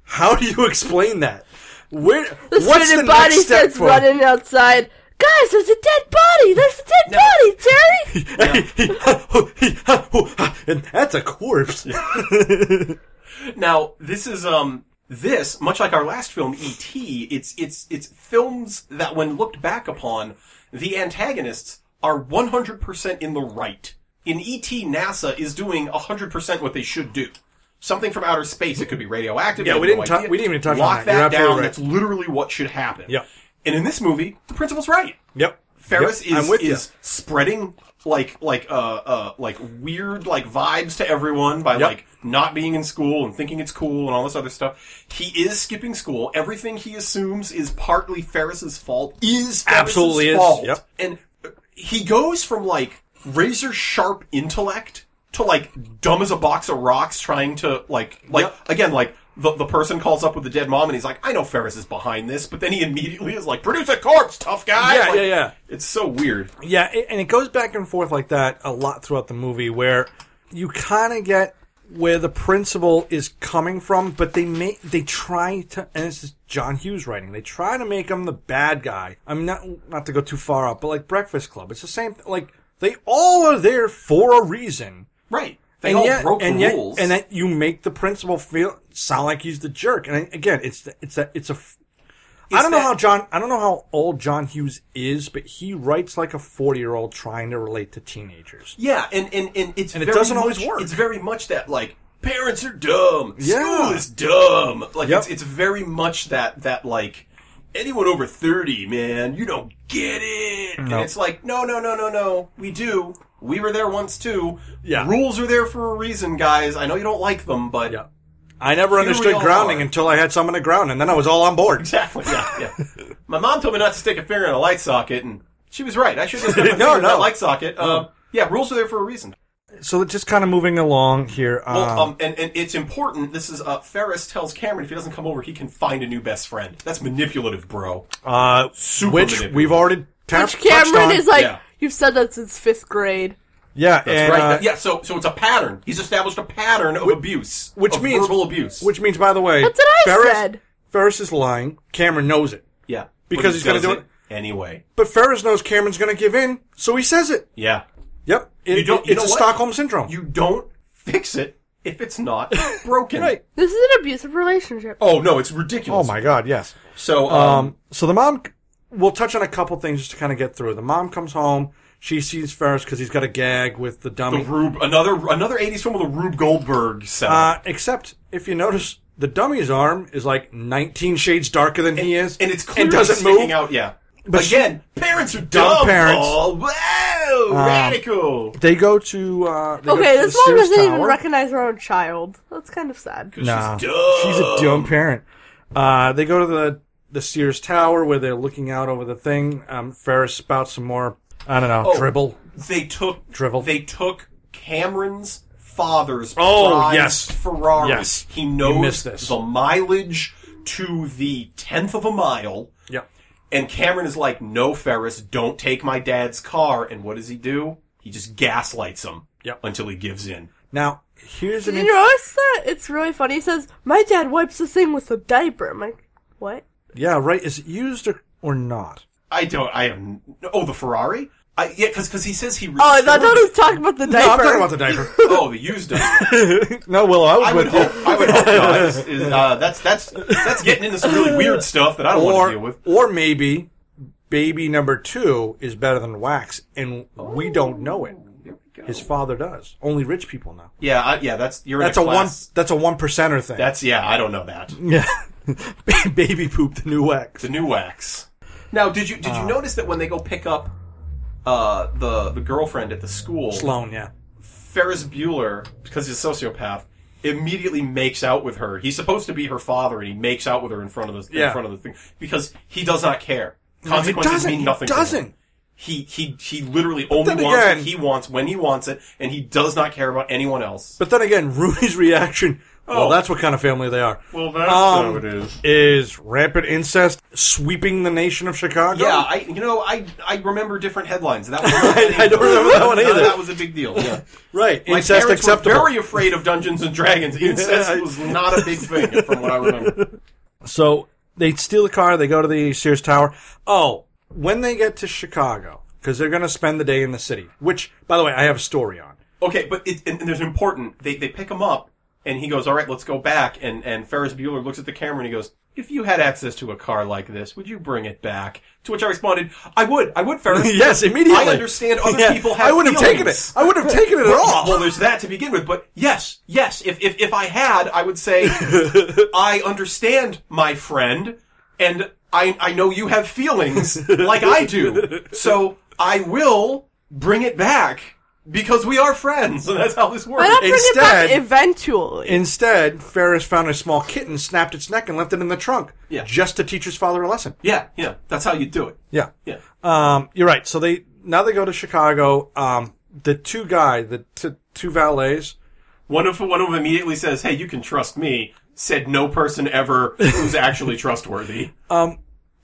Speaker 6: How do you explain that? Where,
Speaker 8: the
Speaker 6: what's the
Speaker 8: student body
Speaker 6: next step
Speaker 8: starts
Speaker 6: for?
Speaker 8: running outside. Guys, there's a dead body. There's a dead
Speaker 7: No.
Speaker 8: body,
Speaker 6: <laughs>
Speaker 8: Jerry.
Speaker 6: and that's a corpse.
Speaker 7: Now, this is um this much like our last film ET, it's it's it's films that when looked back upon, the antagonists are 100% in the right. In ET, NASA is doing 100% what they should do. Something from outer space. It could be radioactive.
Speaker 6: Yeah,
Speaker 7: I have
Speaker 6: we
Speaker 7: no
Speaker 6: didn't talk-
Speaker 7: idea.
Speaker 6: we didn't even touch on
Speaker 7: Lock
Speaker 6: that. You're
Speaker 7: that
Speaker 6: absolutely
Speaker 7: down.
Speaker 6: right.
Speaker 7: That's literally what should happen.
Speaker 6: Yep.
Speaker 7: And in this movie, the principal's right.
Speaker 6: <laughs> Yep.
Speaker 7: Ferris
Speaker 6: Yep, I'm
Speaker 7: is
Speaker 6: with ya.
Speaker 7: is spreading like like uh uh like weird like vibes to everyone by
Speaker 6: Yep.
Speaker 7: like not being in school and thinking it's cool and all this other stuff. He is skipping school. Everything he assumes is partly Ferris's fault. Is Ferris's
Speaker 6: Absolutely is.
Speaker 7: fault.
Speaker 6: Yep.
Speaker 7: And uh, he goes from like razor sharp intellect to like dumb as a box of rocks trying to like like again like the, the person calls up with the dead mom and he's like i know ferris is behind this but then he immediately is like produce a corpse tough guy
Speaker 6: Yeah,
Speaker 7: Like,
Speaker 6: yeah, yeah.
Speaker 7: it's so weird
Speaker 6: Yeah, a- and it goes back and forth like that a lot throughout the movie where you kind of get where the principal is coming from, but they make they try to and this is John Hughes writing. They try to make him the bad guy. I'm not not to go too far up, but like Breakfast Club, it's the same like they all are there for a reason.
Speaker 7: right they all broke
Speaker 6: and
Speaker 7: the
Speaker 6: yet,
Speaker 7: rules
Speaker 6: and that you make the principal feel sound like he's the jerk. And I, again, it's the, it's that it's a. f- I don't know
Speaker 7: that-
Speaker 6: how John. I don't know how old John Hughes is, but he writes like a forty-year-old trying to relate to teenagers.
Speaker 7: yeah and and, and it's
Speaker 6: And it
Speaker 7: very
Speaker 6: doesn't always
Speaker 7: much-
Speaker 6: work.
Speaker 7: it's very much that like parents are dumb
Speaker 6: Yeah.
Speaker 7: school is dumb like
Speaker 6: Yep.
Speaker 7: it's, it's very much that that like anyone over 30 man you don't get it
Speaker 6: No.
Speaker 7: and it's like no no no no no we do we were there once too
Speaker 6: Yeah.
Speaker 7: rules are there for a reason guys i know you don't like them but
Speaker 6: Yeah. I never
Speaker 7: Here we
Speaker 6: understood
Speaker 7: all
Speaker 6: grounding
Speaker 7: are.
Speaker 6: until I had someone to ground, and then I was all on board.
Speaker 7: exactly yeah, yeah. my mom told me not to stick a finger in a light socket and she was right i should
Speaker 6: <laughs>
Speaker 7: have stuck
Speaker 6: No,
Speaker 7: my finger in
Speaker 6: no.
Speaker 7: that light socket um, yeah rules are there for a reason
Speaker 6: So just kind of moving along here. Um,
Speaker 7: Well, um, and, and it's important. This is uh, Ferris tells Cameron if he doesn't come over, he can find a new best friend. That's manipulative, bro.
Speaker 6: uh,
Speaker 7: super
Speaker 6: which
Speaker 7: manipulative.
Speaker 6: we've already ta-
Speaker 8: Which Cameron
Speaker 6: touched on.
Speaker 8: is like,
Speaker 7: Yeah.
Speaker 8: you've said that since fifth grade.
Speaker 6: yeah,
Speaker 7: That's
Speaker 6: and,
Speaker 7: right.
Speaker 6: uh,
Speaker 7: That- yeah. So so it's a pattern. He's established a pattern of abuse,
Speaker 6: which
Speaker 7: of
Speaker 6: means-
Speaker 7: verbal abuse.
Speaker 6: Which means, by the way,
Speaker 8: That's what I
Speaker 6: Ferris,
Speaker 8: said.
Speaker 6: Ferris is lying. Cameron knows it.
Speaker 7: yeah,
Speaker 6: Because he's gonna
Speaker 7: does
Speaker 6: do
Speaker 7: anyway.
Speaker 6: But Ferris knows Cameron's going to give in, so he says it.
Speaker 7: Yeah.
Speaker 6: Yep. It-
Speaker 7: You don't- you
Speaker 6: it's
Speaker 7: know
Speaker 6: a
Speaker 7: what?
Speaker 6: Stockholm syndrome.
Speaker 7: You don't fix it if it's
Speaker 6: <laughs>
Speaker 7: not broken.
Speaker 6: Right.
Speaker 8: This is an abusive relationship.
Speaker 7: Oh no, it's ridiculous.
Speaker 6: oh my God, yes.
Speaker 7: So um
Speaker 6: Um, so the mom, we'll touch on a couple things just to kind of get through. The mom comes home. She sees Ferris because he's got a gag with the
Speaker 7: the
Speaker 6: dummy.
Speaker 7: Rube, another another '80s film with a Rube Goldberg sound.
Speaker 6: uh, except if you notice, the dummy's arm is like 19 shades darker than he is,
Speaker 7: and it's clearly
Speaker 6: doesn't
Speaker 7: sticking
Speaker 6: move.
Speaker 7: out. Yeah.
Speaker 6: But
Speaker 7: again, parents are dumb.
Speaker 6: parents. Um,
Speaker 7: Paul. Wow, radical.
Speaker 6: They go to uh, they go
Speaker 8: okay,
Speaker 6: to
Speaker 8: this
Speaker 6: the
Speaker 8: mom
Speaker 6: Sears
Speaker 8: doesn't even
Speaker 6: Tower.
Speaker 8: recognize her own child. That's kind of sad.
Speaker 6: Nah,
Speaker 7: She's dumb.
Speaker 6: She's a
Speaker 7: Um,
Speaker 6: dumb parent. Uh, they go to the the Sears Tower where they're looking out over the thing. Um, Ferris spouts some more. I don't know.
Speaker 7: Oh.
Speaker 6: Dribble.
Speaker 7: They took
Speaker 6: Drivel.
Speaker 7: They took Cameron's father's
Speaker 6: Oh,
Speaker 7: prized
Speaker 6: yes.
Speaker 7: Ferrari.
Speaker 6: Yes.
Speaker 7: he
Speaker 6: You
Speaker 7: knows
Speaker 6: missed this.
Speaker 7: the mileage to the tenth of a mile.
Speaker 6: Yep.
Speaker 7: And Cameron is like, "No, Ferris, don't take my dad's car." And what does he do? He just gaslights him
Speaker 6: Yep.
Speaker 7: until he gives in.
Speaker 6: Now here's an.
Speaker 8: Did you notice that? It's really funny. He says, My dad wipes this thing with a diaper. I'm like, What?
Speaker 6: yeah, right. Is it used or, or not?
Speaker 7: I don't. I am. Oh, the Ferrari. I, yeah, because he says he.
Speaker 8: Oh, I thought
Speaker 7: restored
Speaker 8: he was talking about the diaper.
Speaker 6: No, I'm talking about the diaper.
Speaker 7: Oh, the
Speaker 6: <laughs>
Speaker 7: used them. <laughs>
Speaker 6: no, Willow, I was
Speaker 7: I would
Speaker 6: with
Speaker 7: hope.
Speaker 6: you.
Speaker 7: I would hope not. Is- is, uh, that's that's that's getting into some really weird stuff that I don't want to deal
Speaker 6: Or
Speaker 7: with.
Speaker 6: or maybe baby number two is better than wax, and we don't know it.
Speaker 7: Oh,
Speaker 6: His father does. Only rich people know.
Speaker 7: Yeah, I, yeah. That's you're.
Speaker 6: That's a
Speaker 7: in a,
Speaker 6: one.
Speaker 7: class.
Speaker 6: That's a one percenter thing.
Speaker 7: That's yeah. I don't know that.
Speaker 6: yeah. <laughs> baby poop the new wax.
Speaker 7: <laughs> The new wax. Now, did you did
Speaker 6: Ah.
Speaker 7: you notice that when they go pick up uh, the the girlfriend at the school,
Speaker 6: Sloan, yeah.
Speaker 7: Ferris Bueller, because he's a sociopath, immediately makes out with her. He's supposed to be her father, and he makes out with her in front of the
Speaker 6: Yeah.
Speaker 7: in front of the thing because he does not care.
Speaker 6: He
Speaker 7: Consequences
Speaker 6: doesn't.
Speaker 7: mean
Speaker 6: he
Speaker 7: nothing. to him.
Speaker 6: doesn't.
Speaker 7: He he he literally only
Speaker 6: then
Speaker 7: wants
Speaker 6: again-
Speaker 7: what he wants when he wants it, and he does not care about anyone else.
Speaker 6: But then again, <laughs> Rooney's reaction. Well, that's what kind of family they are.
Speaker 7: Oh. Well, that's
Speaker 6: Um,
Speaker 7: how it is.
Speaker 6: Is rampant incest sweeping the nation of Chicago?
Speaker 7: Yeah, I you know I I remember different headlines.
Speaker 6: <laughs>
Speaker 7: That was not
Speaker 6: I- I don't remember that one
Speaker 7: None of
Speaker 6: either.
Speaker 7: That was a big deal. Yeah.
Speaker 6: right.
Speaker 7: My
Speaker 6: incest
Speaker 7: parents
Speaker 6: acceptable.
Speaker 7: were very afraid of Dungeons and
Speaker 6: <laughs>
Speaker 7: Dragons. Incest
Speaker 6: I-
Speaker 7: was not a big thing, from what I remember.
Speaker 6: So they steal the car. They go to the Sears Tower. Oh, when they get to Chicago, because they're going to spend the day in the city. Which, by the way, I have a story on. <laughs>
Speaker 7: Okay, but it, and, and there's important. They they pick him up, and he goes, "All right, let's go back." And and Ferris Bueller looks at the camera and he goes. If you had access to a car like this, would you bring it back? To which I responded, "I would. I would,
Speaker 6: <laughs>
Speaker 7: Ferris.
Speaker 6: yes, immediately.
Speaker 7: I understand
Speaker 6: <laughs>
Speaker 7: other
Speaker 6: Yeah,
Speaker 7: people have
Speaker 6: I wouldn't have taken it.
Speaker 7: feelings.
Speaker 6: I wouldn't have taken it at all.
Speaker 7: Well, there's that to begin with, but yes, yes. If
Speaker 6: <laughs>
Speaker 7: if, if I had, I would say I understand, my friend, and I, I know you have feelings like I do. So I will bring it back because we are friends <laughs> and that's how this works.
Speaker 8: Why not bring it
Speaker 6: Instead-
Speaker 8: back eventually?
Speaker 6: Instead, Ferris found a small kitten, snapped its neck, and left it in the trunk.
Speaker 7: Yeah.
Speaker 6: Just to teach his father a lesson.
Speaker 7: yeah, yeah. That's how you do it.
Speaker 6: Yeah.
Speaker 7: Yeah.
Speaker 6: Um, you're right. So they now they go to Chicago. Um, the two guy, the t- two valets.
Speaker 7: One of one of them immediately says, "Hey, you can trust me." Said no person ever who's actually trustworthy.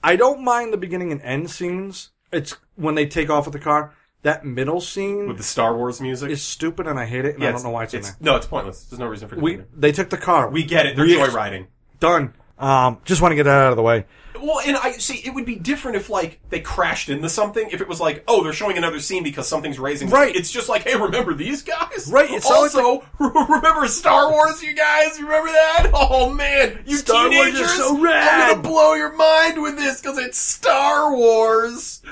Speaker 6: I don't mind the beginning and end scenes. It's when they take off with the car. That middle scene
Speaker 7: With the Star Wars music,
Speaker 6: is stupid, and I hate it, and I
Speaker 7: it's-
Speaker 6: don't know why it's, in there.
Speaker 7: No, it's pointless. There's no reason for it. to be
Speaker 6: We
Speaker 7: in there.
Speaker 6: they took the car.
Speaker 7: we get it. They're
Speaker 6: We-
Speaker 7: joyriding.
Speaker 6: done. Um, just want to get that out of the way.
Speaker 7: Well, and I see it would be different if like they crashed into something. If it was like, oh, they're showing another scene because something's raising.
Speaker 6: Right.
Speaker 7: It's just like, hey, remember these guys?
Speaker 6: Right, it's always
Speaker 7: also, <laughs> remember Star Wars, you guys? Remember that? Oh man, you
Speaker 6: Star Wars is
Speaker 7: teenagers!
Speaker 6: so
Speaker 7: I'm
Speaker 6: rad.
Speaker 7: gonna blow your mind with this because it's Star Wars.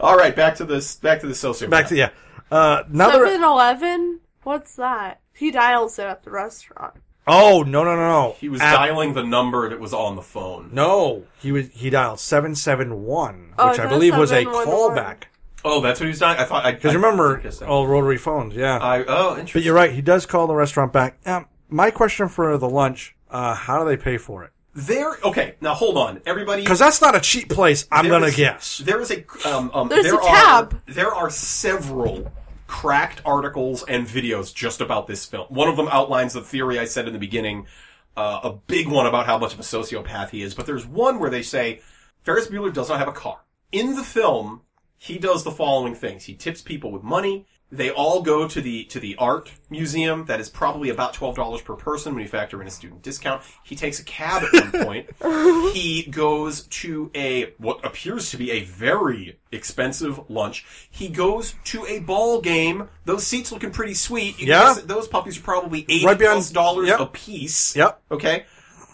Speaker 7: All right, back to this. Back to the sociopath.
Speaker 6: Back to yeah. Uh, now they're-
Speaker 8: 7 Eleven? What's that? He dials it at the restaurant.
Speaker 6: oh no no no no.
Speaker 7: He was
Speaker 6: At-
Speaker 7: dialing the number that was on the phone.
Speaker 6: No, he was he dialed seven seven one,
Speaker 8: Oh,
Speaker 6: which
Speaker 8: I
Speaker 6: I
Speaker 8: thought
Speaker 6: believe was a
Speaker 8: 711.
Speaker 6: callback.
Speaker 7: Oh, that's what he was dialing. I thought I
Speaker 6: Because remember,
Speaker 7: I,
Speaker 6: all rotary phones. Yeah.
Speaker 7: I oh, interesting.
Speaker 6: But you're right. He does call the restaurant back. Um, my question for the lunch: uh, How do they pay for it?
Speaker 7: There. Okay, now hold on, everybody.
Speaker 6: Because that's not a cheap place. I'm
Speaker 7: There
Speaker 6: gonna
Speaker 7: is-
Speaker 6: guess.
Speaker 7: There is a um, um,
Speaker 8: There's
Speaker 7: there
Speaker 8: a tab.
Speaker 7: Are, there are several cracked articles and videos just about this film. One of them outlines the theory I said in the beginning. Uh, a big one about how much of a sociopath he is, but there's one where they say Ferris Bueller does not have a car. In the film, he does the following things. He tips people with money. They all go to the to the art museum that is probably about twelve dollars per person when you factor in a student discount. He takes a cab at one
Speaker 6: <laughs>
Speaker 7: point. he goes to a what appears to be a very expensive lunch. He goes to a ball game. Those seats looking pretty sweet. You can
Speaker 6: Yeah.
Speaker 7: guess that those puppies are probably eighty
Speaker 6: Right behind-
Speaker 7: plus dollars
Speaker 6: yep.
Speaker 7: a piece.
Speaker 6: Yep.
Speaker 7: Okay.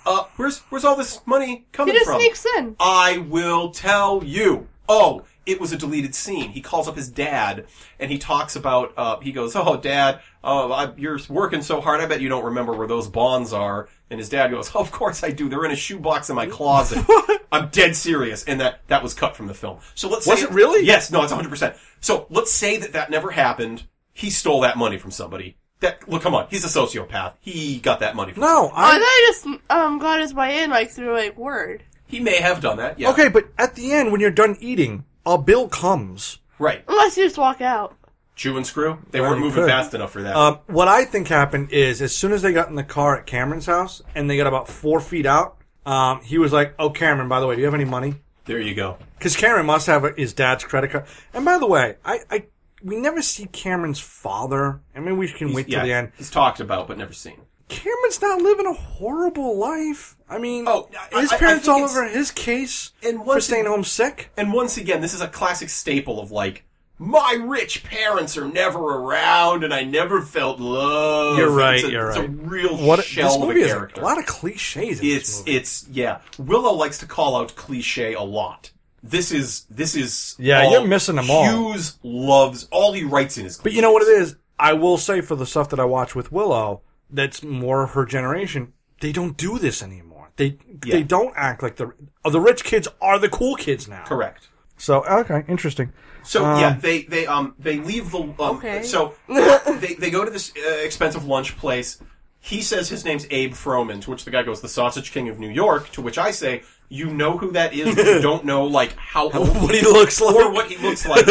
Speaker 7: Uh, where's where's all this money
Speaker 8: He
Speaker 7: coming
Speaker 8: just
Speaker 7: from?
Speaker 8: sneaks in.
Speaker 7: I will tell you. Oh, it was a deleted scene. He calls up his dad and he talks about, uh, he goes, Oh, dad, oh, I, you're working so hard. I bet you don't remember where those bonds are. And his dad goes, Of course I do. They're in a shoebox in
Speaker 6: <laughs>
Speaker 7: my closet. I'm dead serious. And that, that was cut from the film. So let's
Speaker 6: Was
Speaker 7: say.
Speaker 6: it really?
Speaker 7: Yes, no, it's 100%. So let's say that that never happened. He stole that money from somebody. That, look, come on. He's a sociopath. He got that money from somebody.
Speaker 6: No,
Speaker 8: I
Speaker 6: I.
Speaker 8: thought he just um, got his way in, like, through, like, word.
Speaker 7: He may have done that. Yeah.
Speaker 6: Okay, but at the end, when you're done eating, a bill comes.
Speaker 7: Right.
Speaker 8: Unless you just walk out.
Speaker 7: Chew and screw. They
Speaker 6: Well,
Speaker 7: weren't
Speaker 6: you
Speaker 7: moving
Speaker 6: could.
Speaker 7: fast enough for that.
Speaker 6: Um, what I think happened is, as soon as they got in the car at Cameron's house and they got about four feet out, um, he was like, "Oh, Cameron, by the way, do you have any money?"
Speaker 7: There you go.
Speaker 6: Because Cameron must have his dad's credit card. And by the way, I, I we never see Cameron's father. I mean, we can wait till the end.
Speaker 7: He's talked about but never seen.
Speaker 6: Cameron's not living a horrible life. I mean,
Speaker 7: Oh, I-
Speaker 6: his
Speaker 7: I- I
Speaker 6: parents
Speaker 7: think
Speaker 6: all
Speaker 7: it's-
Speaker 6: over his case
Speaker 7: And
Speaker 6: for
Speaker 7: once
Speaker 6: staying
Speaker 7: it-
Speaker 6: home sick.
Speaker 7: And once again, this is a classic staple of like, my rich parents are never around, and I never felt love.
Speaker 6: You're right,
Speaker 7: It's a,
Speaker 6: you're
Speaker 7: it's a
Speaker 6: right.
Speaker 7: real
Speaker 6: What this
Speaker 7: shell
Speaker 6: movie
Speaker 7: of a
Speaker 6: is
Speaker 7: character.
Speaker 6: a lot of cliches. In this
Speaker 7: it's
Speaker 6: movie.
Speaker 7: it's yeah. Willow likes to call out cliche a lot. This is this is
Speaker 6: Yeah,
Speaker 7: all-
Speaker 6: you're missing them all.
Speaker 7: Hughes loves all he writes in is.
Speaker 6: but you know what it is. I will say for the stuff that I watch with Willow, that's more her generation. They don't do this anymore. They
Speaker 7: Yeah.
Speaker 6: they don't act like the oh, the rich kids are the cool kids now.
Speaker 7: Correct.
Speaker 6: So okay, interesting.
Speaker 7: So yeah, they they um they leave the um
Speaker 8: Okay. <laughs>
Speaker 7: so they they go to this uh, expensive lunch place. He says his name's Abe Froman, to which the guy goes, "The Sausage King of New York." To which I say, "You know who that is?
Speaker 6: <laughs>
Speaker 7: but you don't know like how old
Speaker 6: What he looks like.
Speaker 7: or what he looks like,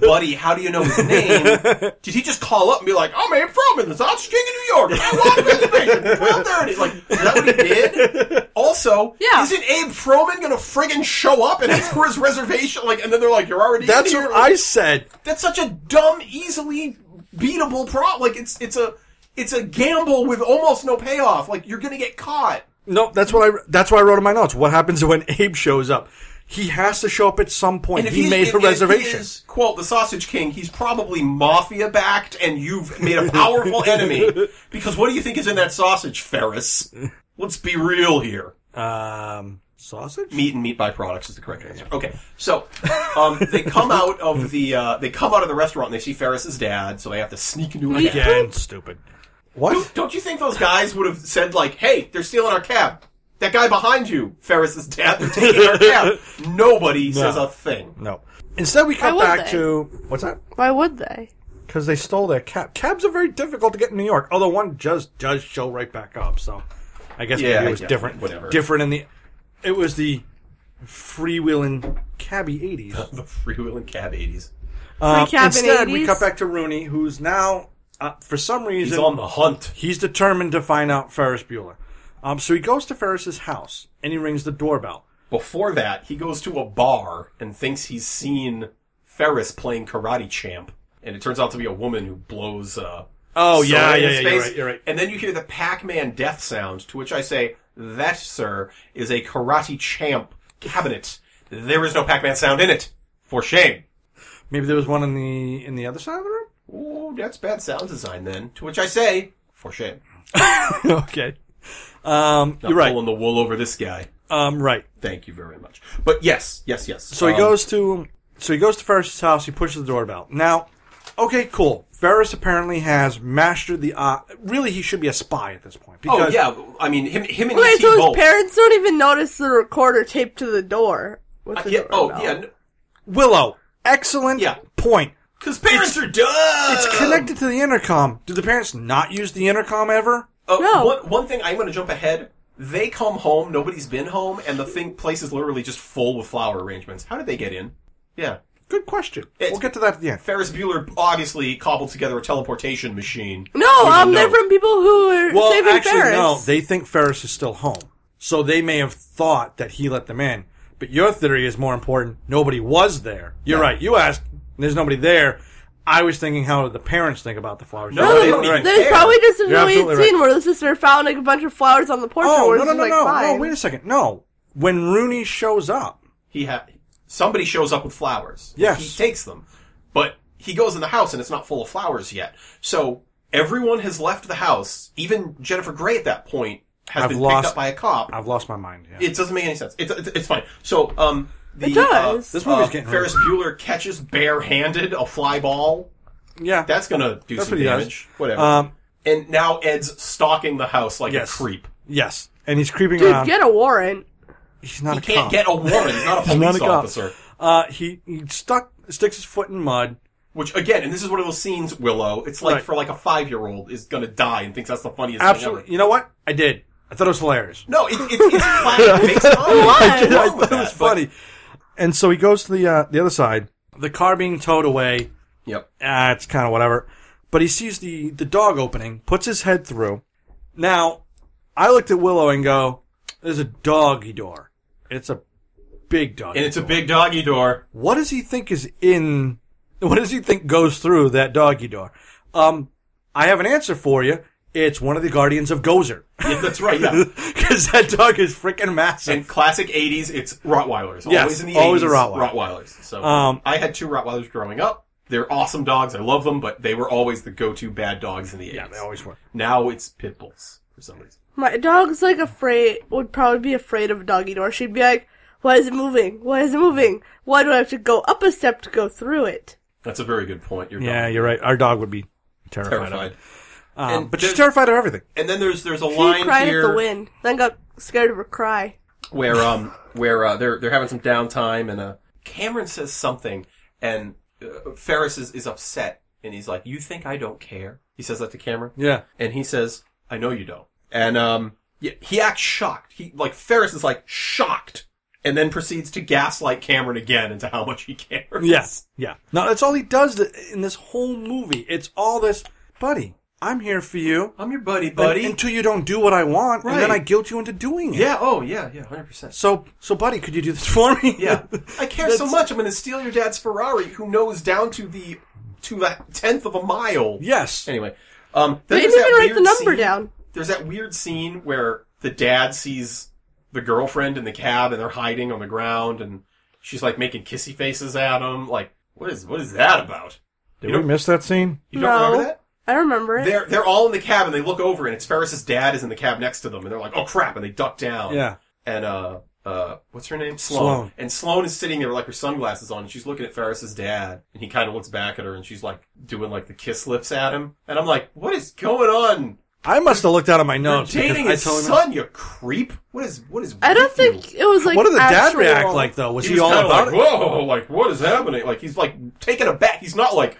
Speaker 7: buddy? How do you know his
Speaker 6: <laughs>
Speaker 7: name? Did he just call up and be like, "I'm Abe Froman, the Sausage King of New York. I want reservation twelve thirty. Like is that what he did? Also,
Speaker 8: Yeah.
Speaker 7: isn't Abe Froman gonna friggin' show up and ask for his reservation? Like, and then they're like, "You're already
Speaker 6: <laughs>
Speaker 7: in
Speaker 6: That's
Speaker 7: here."
Speaker 6: what I said.
Speaker 7: That's such a dumb, easily beatable problem. Like it's it's a it's a gamble with almost no payoff. Like you're gonna get caught.
Speaker 6: No, that's what I. That's why I wrote in my notes. What happens when <laughs> Abe shows up? He has to show up at some point. He
Speaker 7: he's-
Speaker 6: made
Speaker 7: if-
Speaker 6: a
Speaker 7: if he
Speaker 6: reservation.
Speaker 7: is, quote the Sausage King. He's probably mafia backed, and you've made
Speaker 6: <laughs>
Speaker 7: a powerful enemy. Because what do you think is in that sausage, Ferris? Let's be real here.
Speaker 6: Um, sausage.
Speaker 7: meat and meat byproducts is the correct answer. Okay, so um, they come out of the uh, they come out of the restaurant and they see Ferris's dad, so they have to sneak into a cab.
Speaker 6: Again, stupid. What?
Speaker 7: Don't you think those guys would have said like, "Hey, they're stealing our cab"? That guy behind you, Ferris's dad, they're taking our cab. Nobody says a thing.
Speaker 6: No. Instead, we cut
Speaker 8: Why would
Speaker 6: back
Speaker 8: they?
Speaker 6: to what's that?
Speaker 8: Why would they?
Speaker 6: Because they stole their cab. Cabs are very difficult to get in New York. Although one just does show right back up, so I guess
Speaker 7: Yeah,
Speaker 6: maybe it was
Speaker 7: yeah,
Speaker 6: different.
Speaker 7: whatever.
Speaker 6: Different in the, it was the freewheeling cabbie eighties.
Speaker 7: The freewheeling cab 80s.
Speaker 6: Um,
Speaker 8: Free cab in
Speaker 6: instead, we
Speaker 8: 80s?
Speaker 6: cut back to Rooney, who's now uh, for some
Speaker 7: He's
Speaker 6: reason
Speaker 7: on the hunt.
Speaker 6: He's determined to find out Ferris Bueller. Um, so he goes to Ferris's house and he rings the doorbell.
Speaker 7: Before that, he goes to a bar and thinks he's seen Ferris playing Karate Champ. And it turns out to be a woman who blows, uh,
Speaker 6: Oh
Speaker 7: soda
Speaker 6: yeah,
Speaker 7: in
Speaker 6: yeah,
Speaker 7: his
Speaker 6: yeah. You're
Speaker 7: face.
Speaker 6: right. You're right.
Speaker 7: And then you hear the Pac-Man death sound, to which I say, that, sir, is a Karate Champ cabinet. There is no Pac-Man sound in it. For shame.
Speaker 6: Maybe there was one in the in the other side of the room.
Speaker 7: Ooh, that's bad sound design then. To which I say, for shame.
Speaker 6: <laughs> okay. Um,
Speaker 7: Not
Speaker 6: you're right.
Speaker 7: pulling the wool over this guy.
Speaker 6: Um, right.
Speaker 7: Thank you very much. But yes, yes, yes.
Speaker 6: So he
Speaker 7: Um,
Speaker 6: goes to so he goes to Ferris's house. He pushes the doorbell. Now, okay, cool. Ferris apparently has mastered the art. Really, he should be a spy at this point.
Speaker 7: Oh
Speaker 6: Because
Speaker 7: yeah, I mean him. Him and
Speaker 8: Wait,
Speaker 7: E.T.
Speaker 8: so his
Speaker 7: both.
Speaker 8: parents don't even notice the recorder taped to the door. With
Speaker 7: Uh,
Speaker 8: the
Speaker 7: yeah, oh
Speaker 8: doorbell.
Speaker 7: yeah, no,
Speaker 6: Willow, excellent
Speaker 7: Yeah.
Speaker 6: point.
Speaker 7: because parents are dumb.
Speaker 6: It's
Speaker 8: Um,
Speaker 6: connected to the intercom. Do the parents not use the intercom ever?
Speaker 7: Uh,
Speaker 8: No.
Speaker 7: One, one thing I'm going to jump ahead. They come home. Nobody's been home, and the thing place is literally just full with flower arrangements. How did they get in? Yeah,
Speaker 6: Good question.
Speaker 7: It's-
Speaker 6: we'll get to that at the end.
Speaker 7: Ferris Bueller obviously cobbled together a teleportation machine.
Speaker 8: No,
Speaker 7: We
Speaker 8: um,
Speaker 7: don't
Speaker 8: they're
Speaker 7: know.
Speaker 8: from people who are
Speaker 6: Well,
Speaker 8: saving
Speaker 6: actually,
Speaker 8: Ferris.
Speaker 6: no. They think Ferris is still home, so they may have thought that he let them in. But your theory is more important. Nobody was there. You're right. You asked. There's nobody there. I was thinking, how did the parents think about the flowers?
Speaker 7: No,
Speaker 8: No,
Speaker 7: they don't
Speaker 8: th-
Speaker 7: even
Speaker 8: there's
Speaker 7: care.
Speaker 8: probably just an
Speaker 6: You're
Speaker 8: annoying
Speaker 6: absolutely
Speaker 8: scene where the sister found like a bunch of flowers on the porch.
Speaker 6: Oh, no,
Speaker 8: and was
Speaker 6: no, no,
Speaker 8: like,
Speaker 6: no, no.
Speaker 8: fine.
Speaker 6: Wait a second. No, when Rooney shows up,
Speaker 7: He ha- somebody shows up with flowers.
Speaker 6: Yes.
Speaker 7: he takes them, but he goes in the house and it's not full of flowers yet. So everyone has left the house. Even Jennifer Grey at that point has
Speaker 6: I've
Speaker 7: been
Speaker 6: lost-
Speaker 7: picked up by a cop.
Speaker 6: I've lost my mind. Yeah.
Speaker 7: It doesn't make any sense. It's, it's, it's fine. So, um, the,
Speaker 8: It does.
Speaker 7: Uh,
Speaker 8: This
Speaker 6: movie's
Speaker 7: uh,
Speaker 6: getting
Speaker 7: Ferris Bueller catches barehanded a fly ball.
Speaker 6: yeah.
Speaker 7: That's gonna do
Speaker 6: That's
Speaker 7: some
Speaker 6: what he does.
Speaker 7: damage. Whatever.
Speaker 6: Um,
Speaker 7: and now Ed's stalking the house like
Speaker 6: Yes.
Speaker 7: a creep.
Speaker 6: yes. And he's creeping
Speaker 8: Dude,
Speaker 6: around.
Speaker 8: get a warrant.
Speaker 6: he's not
Speaker 7: He
Speaker 6: a
Speaker 7: can't
Speaker 6: cop.
Speaker 7: get a warrant. He's not a
Speaker 6: He's <laughs>
Speaker 7: police
Speaker 6: not a cop.
Speaker 7: officer.
Speaker 6: Uh, he he stuck sticks his foot in mud.
Speaker 7: Which again, and this is one of those scenes, Willow. It's like
Speaker 6: Right.
Speaker 7: for like a five year old is gonna die and thinks that's the funniest
Speaker 6: Absolutely.
Speaker 7: thing ever.
Speaker 6: You know what? I did. I thought it was hilarious.
Speaker 7: No, it, it,
Speaker 6: <laughs>
Speaker 7: it's classic based comedy.
Speaker 6: I
Speaker 7: What's
Speaker 6: did. <laughs> I
Speaker 7: wrong with
Speaker 6: thought it was
Speaker 7: that? But-
Speaker 6: funny. and so he goes to the uh, the other side. The car being towed away.
Speaker 7: Yep.
Speaker 6: Ah, it's kind of whatever. But he sees the the dog opening, puts his head through. Now, I looked at Willow and go, "There's a doggy door. It's a big dog.
Speaker 7: And it's a big doggy door.
Speaker 6: what does he think is in? What does he think goes through that doggy door? Um, I have an answer for you. It's one of the guardians of Gozer
Speaker 7: Yeah, that's
Speaker 6: <laughs>
Speaker 7: right. Yeah.
Speaker 6: because that dog is freaking massive.
Speaker 7: And classic 80s, it's Rottweilers.
Speaker 6: Yes,
Speaker 7: always in the
Speaker 6: always a
Speaker 7: 80s,
Speaker 6: Rottweiler.
Speaker 7: Rottweilers. So
Speaker 6: Um,
Speaker 7: I had two Rottweilers growing up. They're awesome dogs. I love them, but they were always the go-to bad dogs in the 80s.
Speaker 6: yeah, they always were.
Speaker 7: Now it's pit bulls for some reason.
Speaker 8: My dog's like afraid. Would probably be afraid of a doggy door. She'd be like, "Why is it moving? Why is it moving? Why do I have to go up a step to go through it?"
Speaker 7: That's a very good point. Your
Speaker 6: Yeah,
Speaker 7: dog
Speaker 6: you're right. Our dog would be terrified. of
Speaker 7: terrified.
Speaker 6: it. Um,
Speaker 7: And
Speaker 6: but she's
Speaker 7: there's-
Speaker 6: terrified of everything.
Speaker 7: And then there's there's a
Speaker 8: She
Speaker 7: line
Speaker 8: cried
Speaker 7: here
Speaker 8: at the wind, then got scared of her cry.
Speaker 7: where um where uh, they're they're having some downtime and uh Cameron says something and uh, Ferris is, is upset and he's like, "You think I don't care?" He says that to Cameron.
Speaker 6: Yeah.
Speaker 7: And he says, I know you don't. And, um, yeah, he acts shocked. He, like, Ferris is like shocked and then proceeds to gaslight Cameron again into how much he cares.
Speaker 6: Yes. Yeah. No, that's all he does th- in this whole movie. It's all this, buddy. I'm here for you,
Speaker 7: I'm your buddy, buddy.
Speaker 6: And- until you don't do what I want, and then I
Speaker 7: Right.
Speaker 6: guilt you into doing it.
Speaker 7: yeah, oh, yeah, yeah, 100%.
Speaker 6: So, so, buddy, could you do this for me?
Speaker 7: Yeah. I care so much, I'm going to steal your dad's Ferrari, who knows down to the, to the tenth of a mile.
Speaker 6: <laughs> yes.
Speaker 7: Anyway, um,
Speaker 8: They
Speaker 7: then there's
Speaker 8: didn't even
Speaker 7: that
Speaker 8: write the
Speaker 7: weird
Speaker 8: number
Speaker 7: scene-
Speaker 8: down.
Speaker 7: There's that weird scene where the dad sees the girlfriend in the cab and they're hiding on the ground and she's like making kissy faces at him. Like, what is what is that about?
Speaker 6: Did
Speaker 7: You don't-
Speaker 6: miss that scene?
Speaker 7: You don't
Speaker 8: No.
Speaker 7: remember that?
Speaker 8: I remember it.
Speaker 7: They're they're all in the cab and they look over and it's Ferris's dad is in the cab next to them and they're like, oh crap, and they duck down.
Speaker 6: Yeah.
Speaker 7: And uh uh what's her name?
Speaker 6: Sloane.
Speaker 7: And Sloane is sitting there with like her sunglasses on and she's looking at Ferris's dad and he kinda looks back at her and she's like doing like the kiss lips at him. And I'm like, What is going on?
Speaker 6: I must have looked out of my notes.
Speaker 7: You're dating his
Speaker 6: because I told him-
Speaker 7: son, you creep. What is what is?
Speaker 8: I don't
Speaker 7: with you?
Speaker 8: think it was like.
Speaker 6: what did the dad
Speaker 8: actual-
Speaker 6: react like though? Was
Speaker 7: He's
Speaker 6: he, all about
Speaker 7: like,
Speaker 6: it?
Speaker 7: Whoa! Like what is happening? Like he's like taken aback. He's not like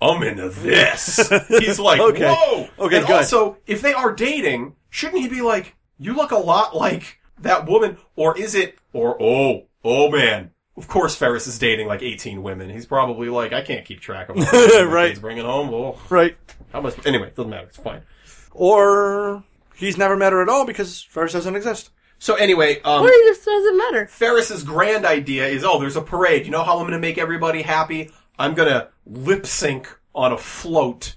Speaker 7: I'm into this.
Speaker 6: <laughs>
Speaker 7: he's like
Speaker 6: Okay.
Speaker 7: whoa.
Speaker 6: Okay,
Speaker 7: And
Speaker 6: good.
Speaker 7: also, if they are dating, shouldn't he be like, you look a lot like that woman, or is it? Or oh oh man. Of course, Ferris is dating like 18 women. He's probably like, I can't keep track of all the women that
Speaker 6: <laughs> Right.
Speaker 7: He's bringing home. Oh,
Speaker 6: Right.
Speaker 7: how much? Anyway, doesn't matter. It's fine.
Speaker 6: Or he's never met her at all because Ferris doesn't exist.
Speaker 7: So anyway, um,
Speaker 8: Or it just doesn't matter.
Speaker 7: Ferris's grand idea is, oh, there's a parade. You know how I'm going to make everybody happy? I'm going to lip sync on a float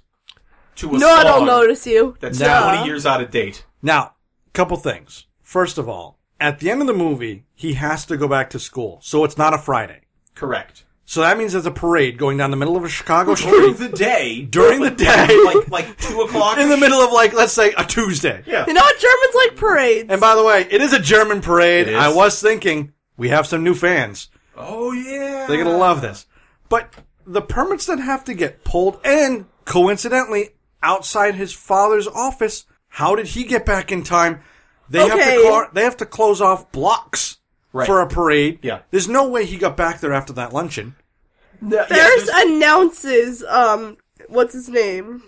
Speaker 7: to a
Speaker 8: No, I don't
Speaker 7: song
Speaker 8: notice you.
Speaker 7: That's
Speaker 6: Nah.
Speaker 7: 20 years out of date.
Speaker 6: Now, couple things. First of all, at the end of the movie, he has to go back to school, so it's not a Friday.
Speaker 7: Correct.
Speaker 6: <laughs> So that means there's a parade going down the middle of a
Speaker 7: <laughs>
Speaker 6: Chicago
Speaker 7: During
Speaker 6: street
Speaker 7: the day.
Speaker 6: During the day.
Speaker 7: like like two o'clock.
Speaker 6: in the middle of like, let's say, a Tuesday.
Speaker 7: Yeah.
Speaker 6: <laughs>
Speaker 8: You know what? Germans like parades.
Speaker 6: And by the way, it is a German parade.
Speaker 7: It is.
Speaker 6: I was thinking we have some new fans.
Speaker 7: Oh yeah.
Speaker 6: They're gonna love this. But the permits that have to get pulled, and coincidentally, outside his father's office, how did he get back in time? They have
Speaker 8: Okay.
Speaker 6: to car- they have to close off blocks
Speaker 7: Right.
Speaker 6: for a parade.
Speaker 7: Yeah.
Speaker 6: there's no way he got back there after that luncheon. <laughs>
Speaker 7: No, yeah,
Speaker 8: Ferris
Speaker 7: there's-
Speaker 8: announces, um, what's his name?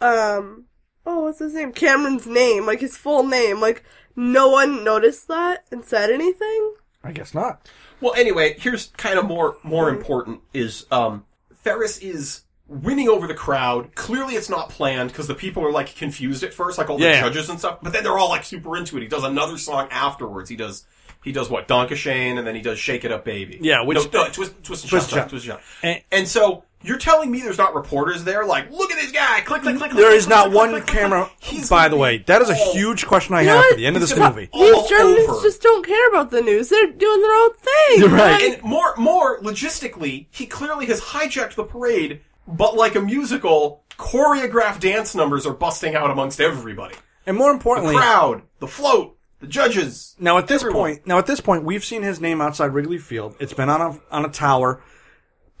Speaker 8: Um, oh, what's his name? Cameron's name, like his full name. Like, no one noticed that and said anything.
Speaker 6: I guess not.
Speaker 7: Well, anyway, here's kind of more more important is um, Ferris is winning over the crowd. Clearly, it's not planned because the people are like confused at first, like all
Speaker 6: Yeah.
Speaker 7: the judges and stuff. But then they're all like super into it. He does another song afterwards. He does he does what Donkashane, and then he does Shake It Up, Baby.
Speaker 6: Yeah, which-
Speaker 7: no, no, twist, twist and
Speaker 6: Twist
Speaker 7: shout,
Speaker 6: and
Speaker 7: twist and shout.
Speaker 6: And-
Speaker 7: And, so. You're telling me there's not reporters there? Like, look at this guy! Click, click, click.
Speaker 6: There
Speaker 7: click,
Speaker 6: is
Speaker 7: click,
Speaker 6: not
Speaker 7: click,
Speaker 6: one
Speaker 7: click, click,
Speaker 6: camera.
Speaker 7: click. He's
Speaker 6: by
Speaker 7: gonna
Speaker 6: the
Speaker 7: be
Speaker 6: way, that is a
Speaker 7: all-
Speaker 6: huge question I
Speaker 8: You know
Speaker 6: have
Speaker 8: what?
Speaker 6: at the end of
Speaker 7: He's
Speaker 6: this
Speaker 7: gonna-
Speaker 6: movie.
Speaker 7: All
Speaker 8: These Germans
Speaker 7: over.
Speaker 8: just don't care about the news. They're doing their own thing.
Speaker 6: You're right. <laughs>
Speaker 8: Like,
Speaker 7: and more more logistically, he clearly has hijacked the parade, but like a musical, choreographed dance numbers are busting out amongst everybody.
Speaker 6: And more
Speaker 7: The
Speaker 6: importantly,
Speaker 7: crowd, the float, the judges.
Speaker 6: Now at this
Speaker 7: Everyone.
Speaker 6: point, now at this point, we've seen his name outside Wrigley Field. It's been on a on a tower.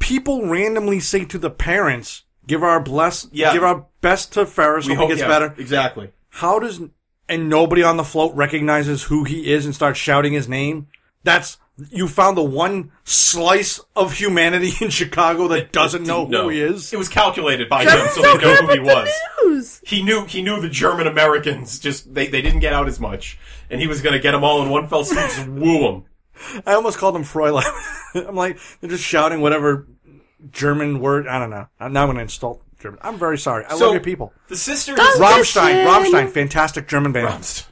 Speaker 6: People randomly say to the parents, "Give our bless,
Speaker 7: Yeah.
Speaker 6: give our best to Ferris. hope, he gets
Speaker 7: yeah,
Speaker 6: better."
Speaker 7: Exactly.
Speaker 6: How does and nobody on the float recognizes who he is and starts shouting his name? That's you found the one slice of humanity <laughs> in Chicago that doesn't know who he is.
Speaker 7: It was calculated by him,
Speaker 8: Germans
Speaker 7: so
Speaker 8: don't
Speaker 7: they know
Speaker 8: care
Speaker 7: who he
Speaker 8: about
Speaker 7: was.
Speaker 6: <laughs>
Speaker 8: the news.
Speaker 7: He knew he knew the German Americans just they, they didn't get out as much, and he was going to get them all in one fell swoop, just woo them.
Speaker 6: I almost called him Fräulein. <laughs> I'm like they're just shouting whatever German word. I don't know. I'm not going to insult German. I'm very sorry. I
Speaker 7: So-
Speaker 6: love your people.
Speaker 7: The sister
Speaker 8: Does-
Speaker 6: Rammstein,
Speaker 8: Listen.
Speaker 6: Rammstein, fantastic German band.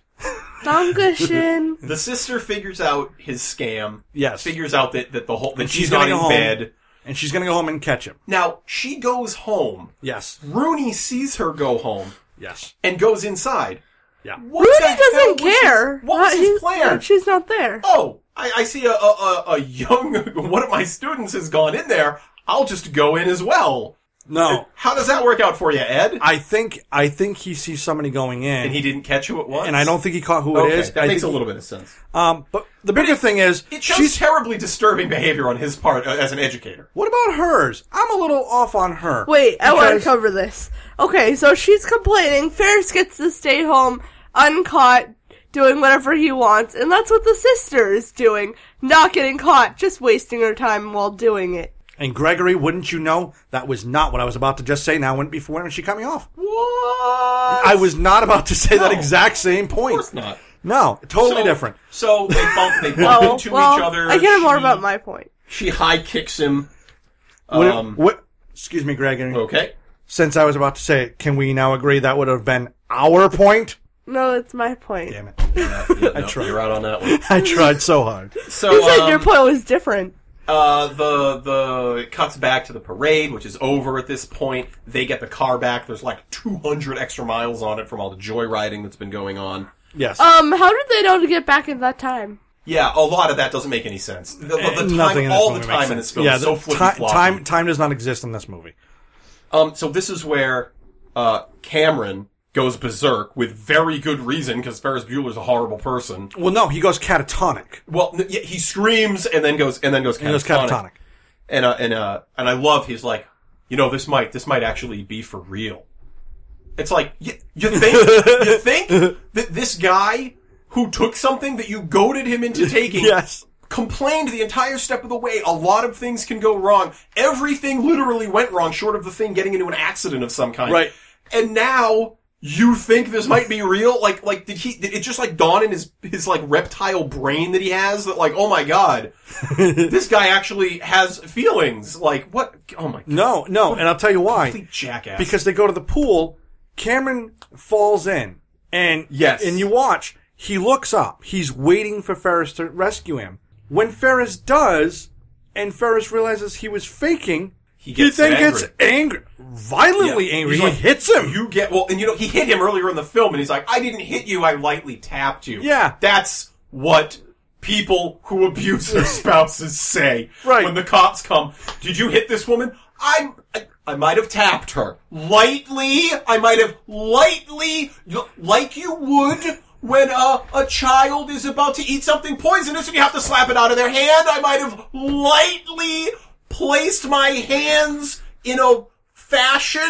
Speaker 8: Dankeschön.
Speaker 7: The sister figures out his scam.
Speaker 6: Yes.
Speaker 7: Figures out that, that the whole that
Speaker 6: And
Speaker 7: she's,
Speaker 6: she's
Speaker 7: not
Speaker 6: gonna
Speaker 7: in
Speaker 6: go home.
Speaker 7: bed.
Speaker 6: And she's gonna go home and catch him.
Speaker 7: Now she goes home.
Speaker 6: Yes,
Speaker 7: Rooney sees her go home
Speaker 6: yes,
Speaker 7: and goes inside.
Speaker 6: yeah.
Speaker 7: What the
Speaker 8: Rudy
Speaker 7: hell
Speaker 8: doesn't
Speaker 7: was his-
Speaker 8: care.
Speaker 7: what was
Speaker 8: Uh,
Speaker 7: his
Speaker 8: he's-
Speaker 7: plan?
Speaker 8: She's not there.
Speaker 7: oh, I, I see a, a, a, a young <laughs> one of my students has gone in there. I'll just go in as well.
Speaker 6: No,
Speaker 7: How does that work out for you, Ed?
Speaker 6: I think I think he sees somebody going in,
Speaker 7: and he didn't catch who it was.
Speaker 6: and I don't think he caught who
Speaker 7: okay,
Speaker 6: it is.
Speaker 7: That
Speaker 6: I
Speaker 7: makes a
Speaker 6: think-
Speaker 7: little bit of sense.
Speaker 6: Um, but the bigger thing is,
Speaker 7: It shows
Speaker 6: she's.
Speaker 7: terribly disturbing behavior on his part uh, as an educator.
Speaker 6: what about hers? I'm a little off on her.
Speaker 8: Wait, I want
Speaker 6: Because-
Speaker 8: to cover this. Okay, so she's complaining. Ferris gets to stay home uncaught, doing whatever he wants, and that's what the sister is doing. Not getting caught, just wasting her time while doing it.
Speaker 6: And Gregory, wouldn't you know? That was not what I was about to just say. Now, wouldn't before when she cut me off.
Speaker 7: What?
Speaker 6: I was not about to say that
Speaker 7: No.
Speaker 6: exact same point.
Speaker 7: Of course not.
Speaker 6: No, totally
Speaker 7: So-
Speaker 6: different.
Speaker 7: So they bump, they bump
Speaker 8: Oh,
Speaker 7: into
Speaker 8: well,
Speaker 7: each other.
Speaker 8: I care more
Speaker 7: She-
Speaker 8: about my point.
Speaker 7: She high kicks him.
Speaker 6: What-
Speaker 7: Um,
Speaker 6: what? Excuse me, Gregory. <laughs>
Speaker 7: okay.
Speaker 6: since I was about to say it, can we now agree that would have been our point?
Speaker 8: No, it's my point.
Speaker 6: Damn it.
Speaker 7: I
Speaker 6: tried.
Speaker 7: You're out on that
Speaker 8: <laughs>
Speaker 7: one.
Speaker 6: I tried so hard.
Speaker 7: So
Speaker 8: You said
Speaker 7: um,
Speaker 8: your point was different.
Speaker 7: uh, the the it cuts back to the parade, which is over at this point. They get the car back. There's like 200 extra miles on it from all the joyriding that's been going on.
Speaker 6: Yes.
Speaker 8: Um, how did they know to get back in that time?
Speaker 7: Yeah, a lot of that doesn't make any sense. The, the, the time,
Speaker 6: Eh, Nothing in this
Speaker 7: all
Speaker 6: movie
Speaker 7: the
Speaker 6: makes
Speaker 7: time in
Speaker 6: sense.
Speaker 7: this film
Speaker 6: yeah,
Speaker 7: is so
Speaker 6: the
Speaker 7: flippy
Speaker 6: ti-
Speaker 7: floppy.
Speaker 6: time time does not exist in this movie.
Speaker 7: Um, so this is where uh, Cameron goes berserk with very good reason because Ferris Bueller's a horrible person.
Speaker 6: Well, no, he goes catatonic.
Speaker 7: Well, n- yeah, he screams and then goes and then goes
Speaker 6: He goes
Speaker 7: catatonic.
Speaker 6: catatonic.
Speaker 7: And uh, and uh, and I love he's like, you know, this might this might actually be for real. It's like you, you think
Speaker 6: <laughs>
Speaker 7: you think that this guy who took something that you goaded
Speaker 6: <laughs>
Speaker 7: him into taking
Speaker 6: Yes.
Speaker 7: complained the entire step of the way. A lot of things can go wrong. Everything literally went wrong, short of the thing getting into an accident of some kind.
Speaker 6: Right.
Speaker 7: And now you think this might be real? Like, like did he? Did it just like dawn in his his like reptile brain that he has that like, oh my
Speaker 6: <laughs>
Speaker 7: god, this guy actually has feelings. Like what? Oh my god,
Speaker 6: No, no, and I'll tell you why.
Speaker 7: complete jackass.
Speaker 6: Because they go to the pool, Cameron falls in, and
Speaker 7: Yes.
Speaker 6: and you watch. He looks up. He's waiting for Ferris to rescue him. When Ferris does, and Ferris realizes he was faking, he,
Speaker 7: gets
Speaker 6: then
Speaker 7: angry.
Speaker 6: gets angry, violently
Speaker 7: Yeah.
Speaker 6: angry.
Speaker 7: He's
Speaker 6: He
Speaker 7: like,
Speaker 6: hits him.
Speaker 7: You get well, and you know he hit him earlier in the film, and he's like, "I didn't hit you. I lightly tapped you."
Speaker 6: Yeah.
Speaker 7: that's what people who abuse
Speaker 6: <laughs>
Speaker 7: their spouses say.
Speaker 6: Right.
Speaker 7: when the cops come, did you hit this woman? I'm. I, I might have tapped her lightly. I might have lightly, like you would when a, a child is about to eat something poisonous and you have to slap it out of their hand. I might have lightly placed my hands in a fashion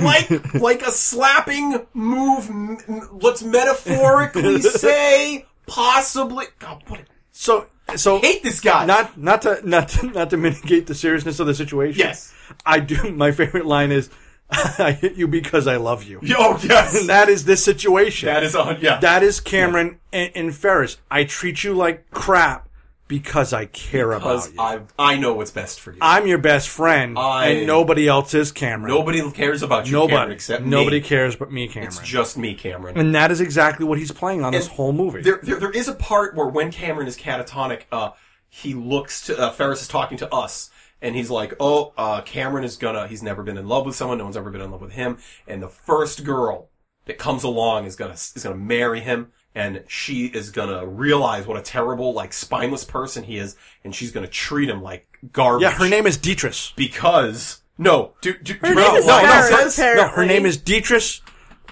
Speaker 7: like like a slapping move m- m- let's metaphorically say possibly god what a,
Speaker 6: so so
Speaker 7: hate this guy
Speaker 6: not not to not to, not to mitigate the seriousness of the situation.
Speaker 7: Yes.
Speaker 6: I do. My favorite line is, <laughs> "I hit you because I love you."
Speaker 7: oh yes
Speaker 6: And that is this situation.
Speaker 7: that is on yeah
Speaker 6: That is Cameron and, and Ferris. I treat you like crap because I care
Speaker 7: because
Speaker 6: about you.
Speaker 7: i i know what's best for you
Speaker 6: I, am your best friend,
Speaker 7: I-
Speaker 6: and nobody else is Cameron.
Speaker 7: nobody cares about you
Speaker 6: nobody,
Speaker 7: Cameron, except
Speaker 6: nobody
Speaker 7: me.
Speaker 6: cares but me, Cameron.
Speaker 7: it's just me cameron
Speaker 6: and that is exactly what he's playing on this
Speaker 7: And
Speaker 6: whole movie.
Speaker 7: There, there, there is a part where when Cameron is catatonic, uh, he looks to, uh, Ferris is talking to us, and he's like, oh, uh, Cameron is gonna, he's never been in love with someone, no one's ever been in love with him, and the first girl that comes along is gonna, is gonna marry him, and she is gonna realize what a terrible, like, spineless person he is, and she's gonna treat him like garbage.
Speaker 6: Yeah, her name is Dietrich.
Speaker 7: Because, no, do, do, her
Speaker 8: name is
Speaker 6: no,
Speaker 8: Ferris,
Speaker 6: no, Fer- no, her
Speaker 8: apparently.
Speaker 6: name is Dietrich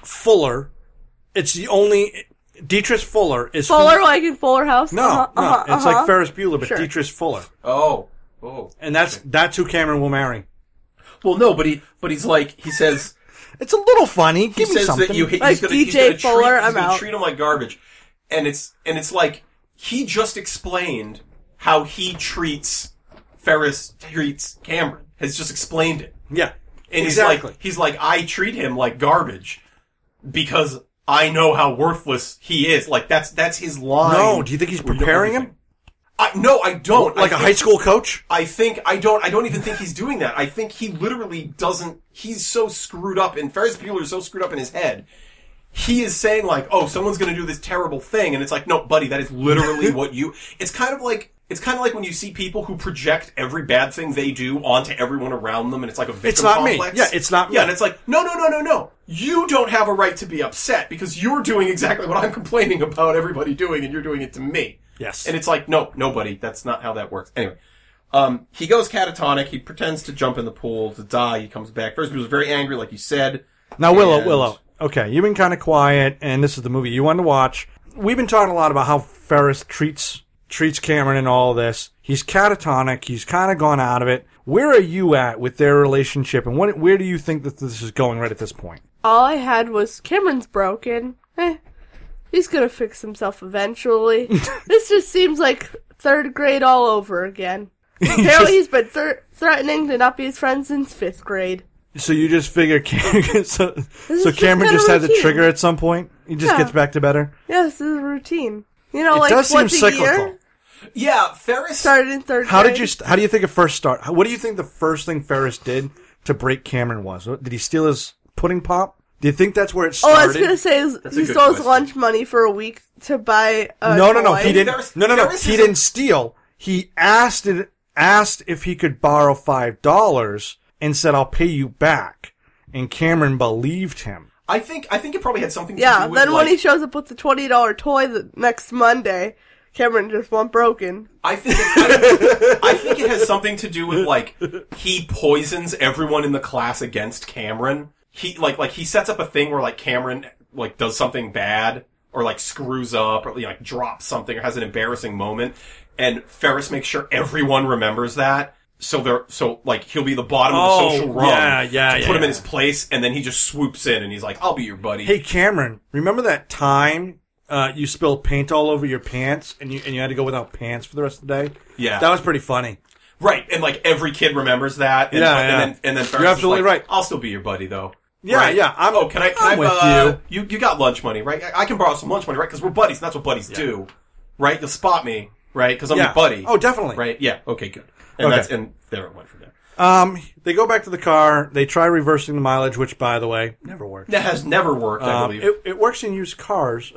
Speaker 6: Fuller. It's the only Dietrich Fuller is who-
Speaker 8: Fuller, like in Fuller House.
Speaker 6: no,
Speaker 8: Uh-huh,
Speaker 6: no,
Speaker 8: uh-huh,
Speaker 6: it's
Speaker 8: uh-huh.
Speaker 6: like Ferris Bueller, but
Speaker 8: Sure.
Speaker 6: Dietrich Fuller,
Speaker 7: Oh, oh.
Speaker 6: and that's that's who Cameron will marry.
Speaker 7: Well, no, but he, but he's like, he says,
Speaker 6: It's a little funny. Give
Speaker 7: he says that you he's
Speaker 8: Like
Speaker 7: gonna, he's
Speaker 8: DJ
Speaker 7: gonna
Speaker 8: Fuller,
Speaker 7: treat, he's
Speaker 8: I'm
Speaker 7: gonna
Speaker 8: out.
Speaker 7: treat him like garbage, and it's and it's like he just explained how he treats Ferris treats Cameron has just explained it,
Speaker 6: yeah,
Speaker 7: and
Speaker 6: exactly.
Speaker 7: he's like he's like I treat him like garbage because I know how worthless he is. Like that's that's his line.
Speaker 6: No, do you think he's
Speaker 7: Well, you know
Speaker 6: preparing
Speaker 7: everything.
Speaker 6: him
Speaker 7: I, no, I don't.
Speaker 6: like
Speaker 7: a
Speaker 6: a high school coach?
Speaker 7: I think I don't. I don't even think he's doing that. I think he literally doesn't. He's so screwed up, and Ferris Bueller is so screwed up in his head. He is saying like, "Oh, someone's going to do this terrible thing," and it's like, "No, buddy, that
Speaker 6: <laughs>
Speaker 7: is literally what you." It's kind of like it's kind of like when you see people who project every bad thing they do onto everyone around them, and it's like a victim
Speaker 6: not me.
Speaker 7: complex.
Speaker 6: Yeah, it's not me.
Speaker 7: Yeah, and it's like, no, no, no, no, no. You don't have a right to be upset because you're doing exactly what I'm <laughs> complaining about everybody doing, and you're doing it to me.
Speaker 6: Yes.
Speaker 7: And it's like, no, nobody. That's not how that works. Anyway, um, he goes catatonic. He pretends to jump in the pool to die. He comes back. First, he was very angry, like you said.
Speaker 6: Now, Willow,
Speaker 7: And-
Speaker 6: Willow. Okay, you've been kind of quiet, and this is the movie you want to watch. We've been talking a lot about how Ferris treats treats Cameron and all this. He's catatonic. He's kind of gone out of it. Where are you at with their relationship, and what? Where do you think that this is going right at this point?
Speaker 8: All I had was Cameron's broken. Eh, he's gonna fix
Speaker 6: <laughs>
Speaker 8: himself eventually. this just seems like third grade all
Speaker 6: <laughs>
Speaker 8: over again. Apparently, he's been thir- threatening to not be his friend since fifth grade.
Speaker 6: So you just figure, <laughs> Cam- so,
Speaker 8: is
Speaker 6: so
Speaker 8: just
Speaker 6: Cameron
Speaker 8: kinda
Speaker 6: just has a
Speaker 8: routine.
Speaker 6: trigger at some point. He just
Speaker 8: Yeah.
Speaker 6: gets back to better.
Speaker 8: Yeah, this is a routine. You know,
Speaker 6: It
Speaker 8: like
Speaker 6: does seem
Speaker 8: once a
Speaker 6: cyclical.
Speaker 8: year.
Speaker 7: Yeah, Ferris.
Speaker 8: Started in third.
Speaker 6: How
Speaker 8: grade.
Speaker 6: did you? St- how do you think it first start? How, what do you think the first thing Ferris did to break Cameron was? Did he steal his pudding pop? Do you think that's where it
Speaker 8: Oh,
Speaker 6: started?
Speaker 8: I was gonna say is
Speaker 7: a
Speaker 8: he
Speaker 7: good
Speaker 8: stole his
Speaker 7: question.
Speaker 8: lunch money for a week to buy. A
Speaker 6: no, no, no.
Speaker 8: uh, toy.
Speaker 6: He didn't.
Speaker 7: Ferris-
Speaker 6: no, no, no.
Speaker 7: Ferris
Speaker 6: He
Speaker 7: is a-
Speaker 6: didn't steal. He asked it. Asked if he could borrow five dollars and said, "I'll pay you back." And Cameron believed him.
Speaker 7: I think I think it probably had something. to
Speaker 8: Yeah.
Speaker 7: do with,
Speaker 8: Then when
Speaker 7: like-
Speaker 8: he shows up with the twenty dollar toy the next Monday, Cameron just went broken.
Speaker 7: I think it's, I, I think it has something to do with like he poisons everyone in the class against Cameron. He like like he sets up a thing where like Cameron like does something bad or like screws up or like drops something or has an embarrassing moment, and Ferris makes sure everyone remembers that. So they're so like he'll be the bottom
Speaker 6: Oh,
Speaker 7: of the social rung.
Speaker 6: yeah, yeah,
Speaker 7: to
Speaker 6: yeah,
Speaker 7: Put him
Speaker 6: yeah.
Speaker 7: in his place, and then he just swoops in and he's like, "I'll be your buddy."
Speaker 6: Hey Cameron, remember that time uh, you spilled paint all over your pants and you and you had to go without pants for the rest of the day?
Speaker 7: Yeah.
Speaker 6: that was pretty funny.
Speaker 7: Right, and like every kid remembers that. And,
Speaker 6: Yeah,
Speaker 7: and
Speaker 6: yeah.
Speaker 7: then and then Ferris
Speaker 6: You're
Speaker 7: is
Speaker 6: absolutely
Speaker 7: like,
Speaker 6: right.
Speaker 7: I'll still be your buddy though.
Speaker 6: Yeah,
Speaker 7: Right?
Speaker 6: yeah, I'm-
Speaker 7: oh, can I? Can
Speaker 6: I'm
Speaker 7: I,
Speaker 6: with
Speaker 7: uh, you. You got lunch money, right? I, I can borrow some lunch money, right? Because we're buddies. And that's what buddies do, right? You'll spot me, right? Because I'm
Speaker 6: yeah,
Speaker 7: your buddy.
Speaker 6: Oh, definitely.
Speaker 7: Right. Yeah. Okay. Good. And
Speaker 6: Okay.
Speaker 7: that's and there it went from there.
Speaker 6: Um, they go back to the car. They try reversing the mileage, which, by the way, never worked.
Speaker 7: That has never worked. I
Speaker 6: Um,
Speaker 7: believe.
Speaker 6: it, it works in used cars. <laughs>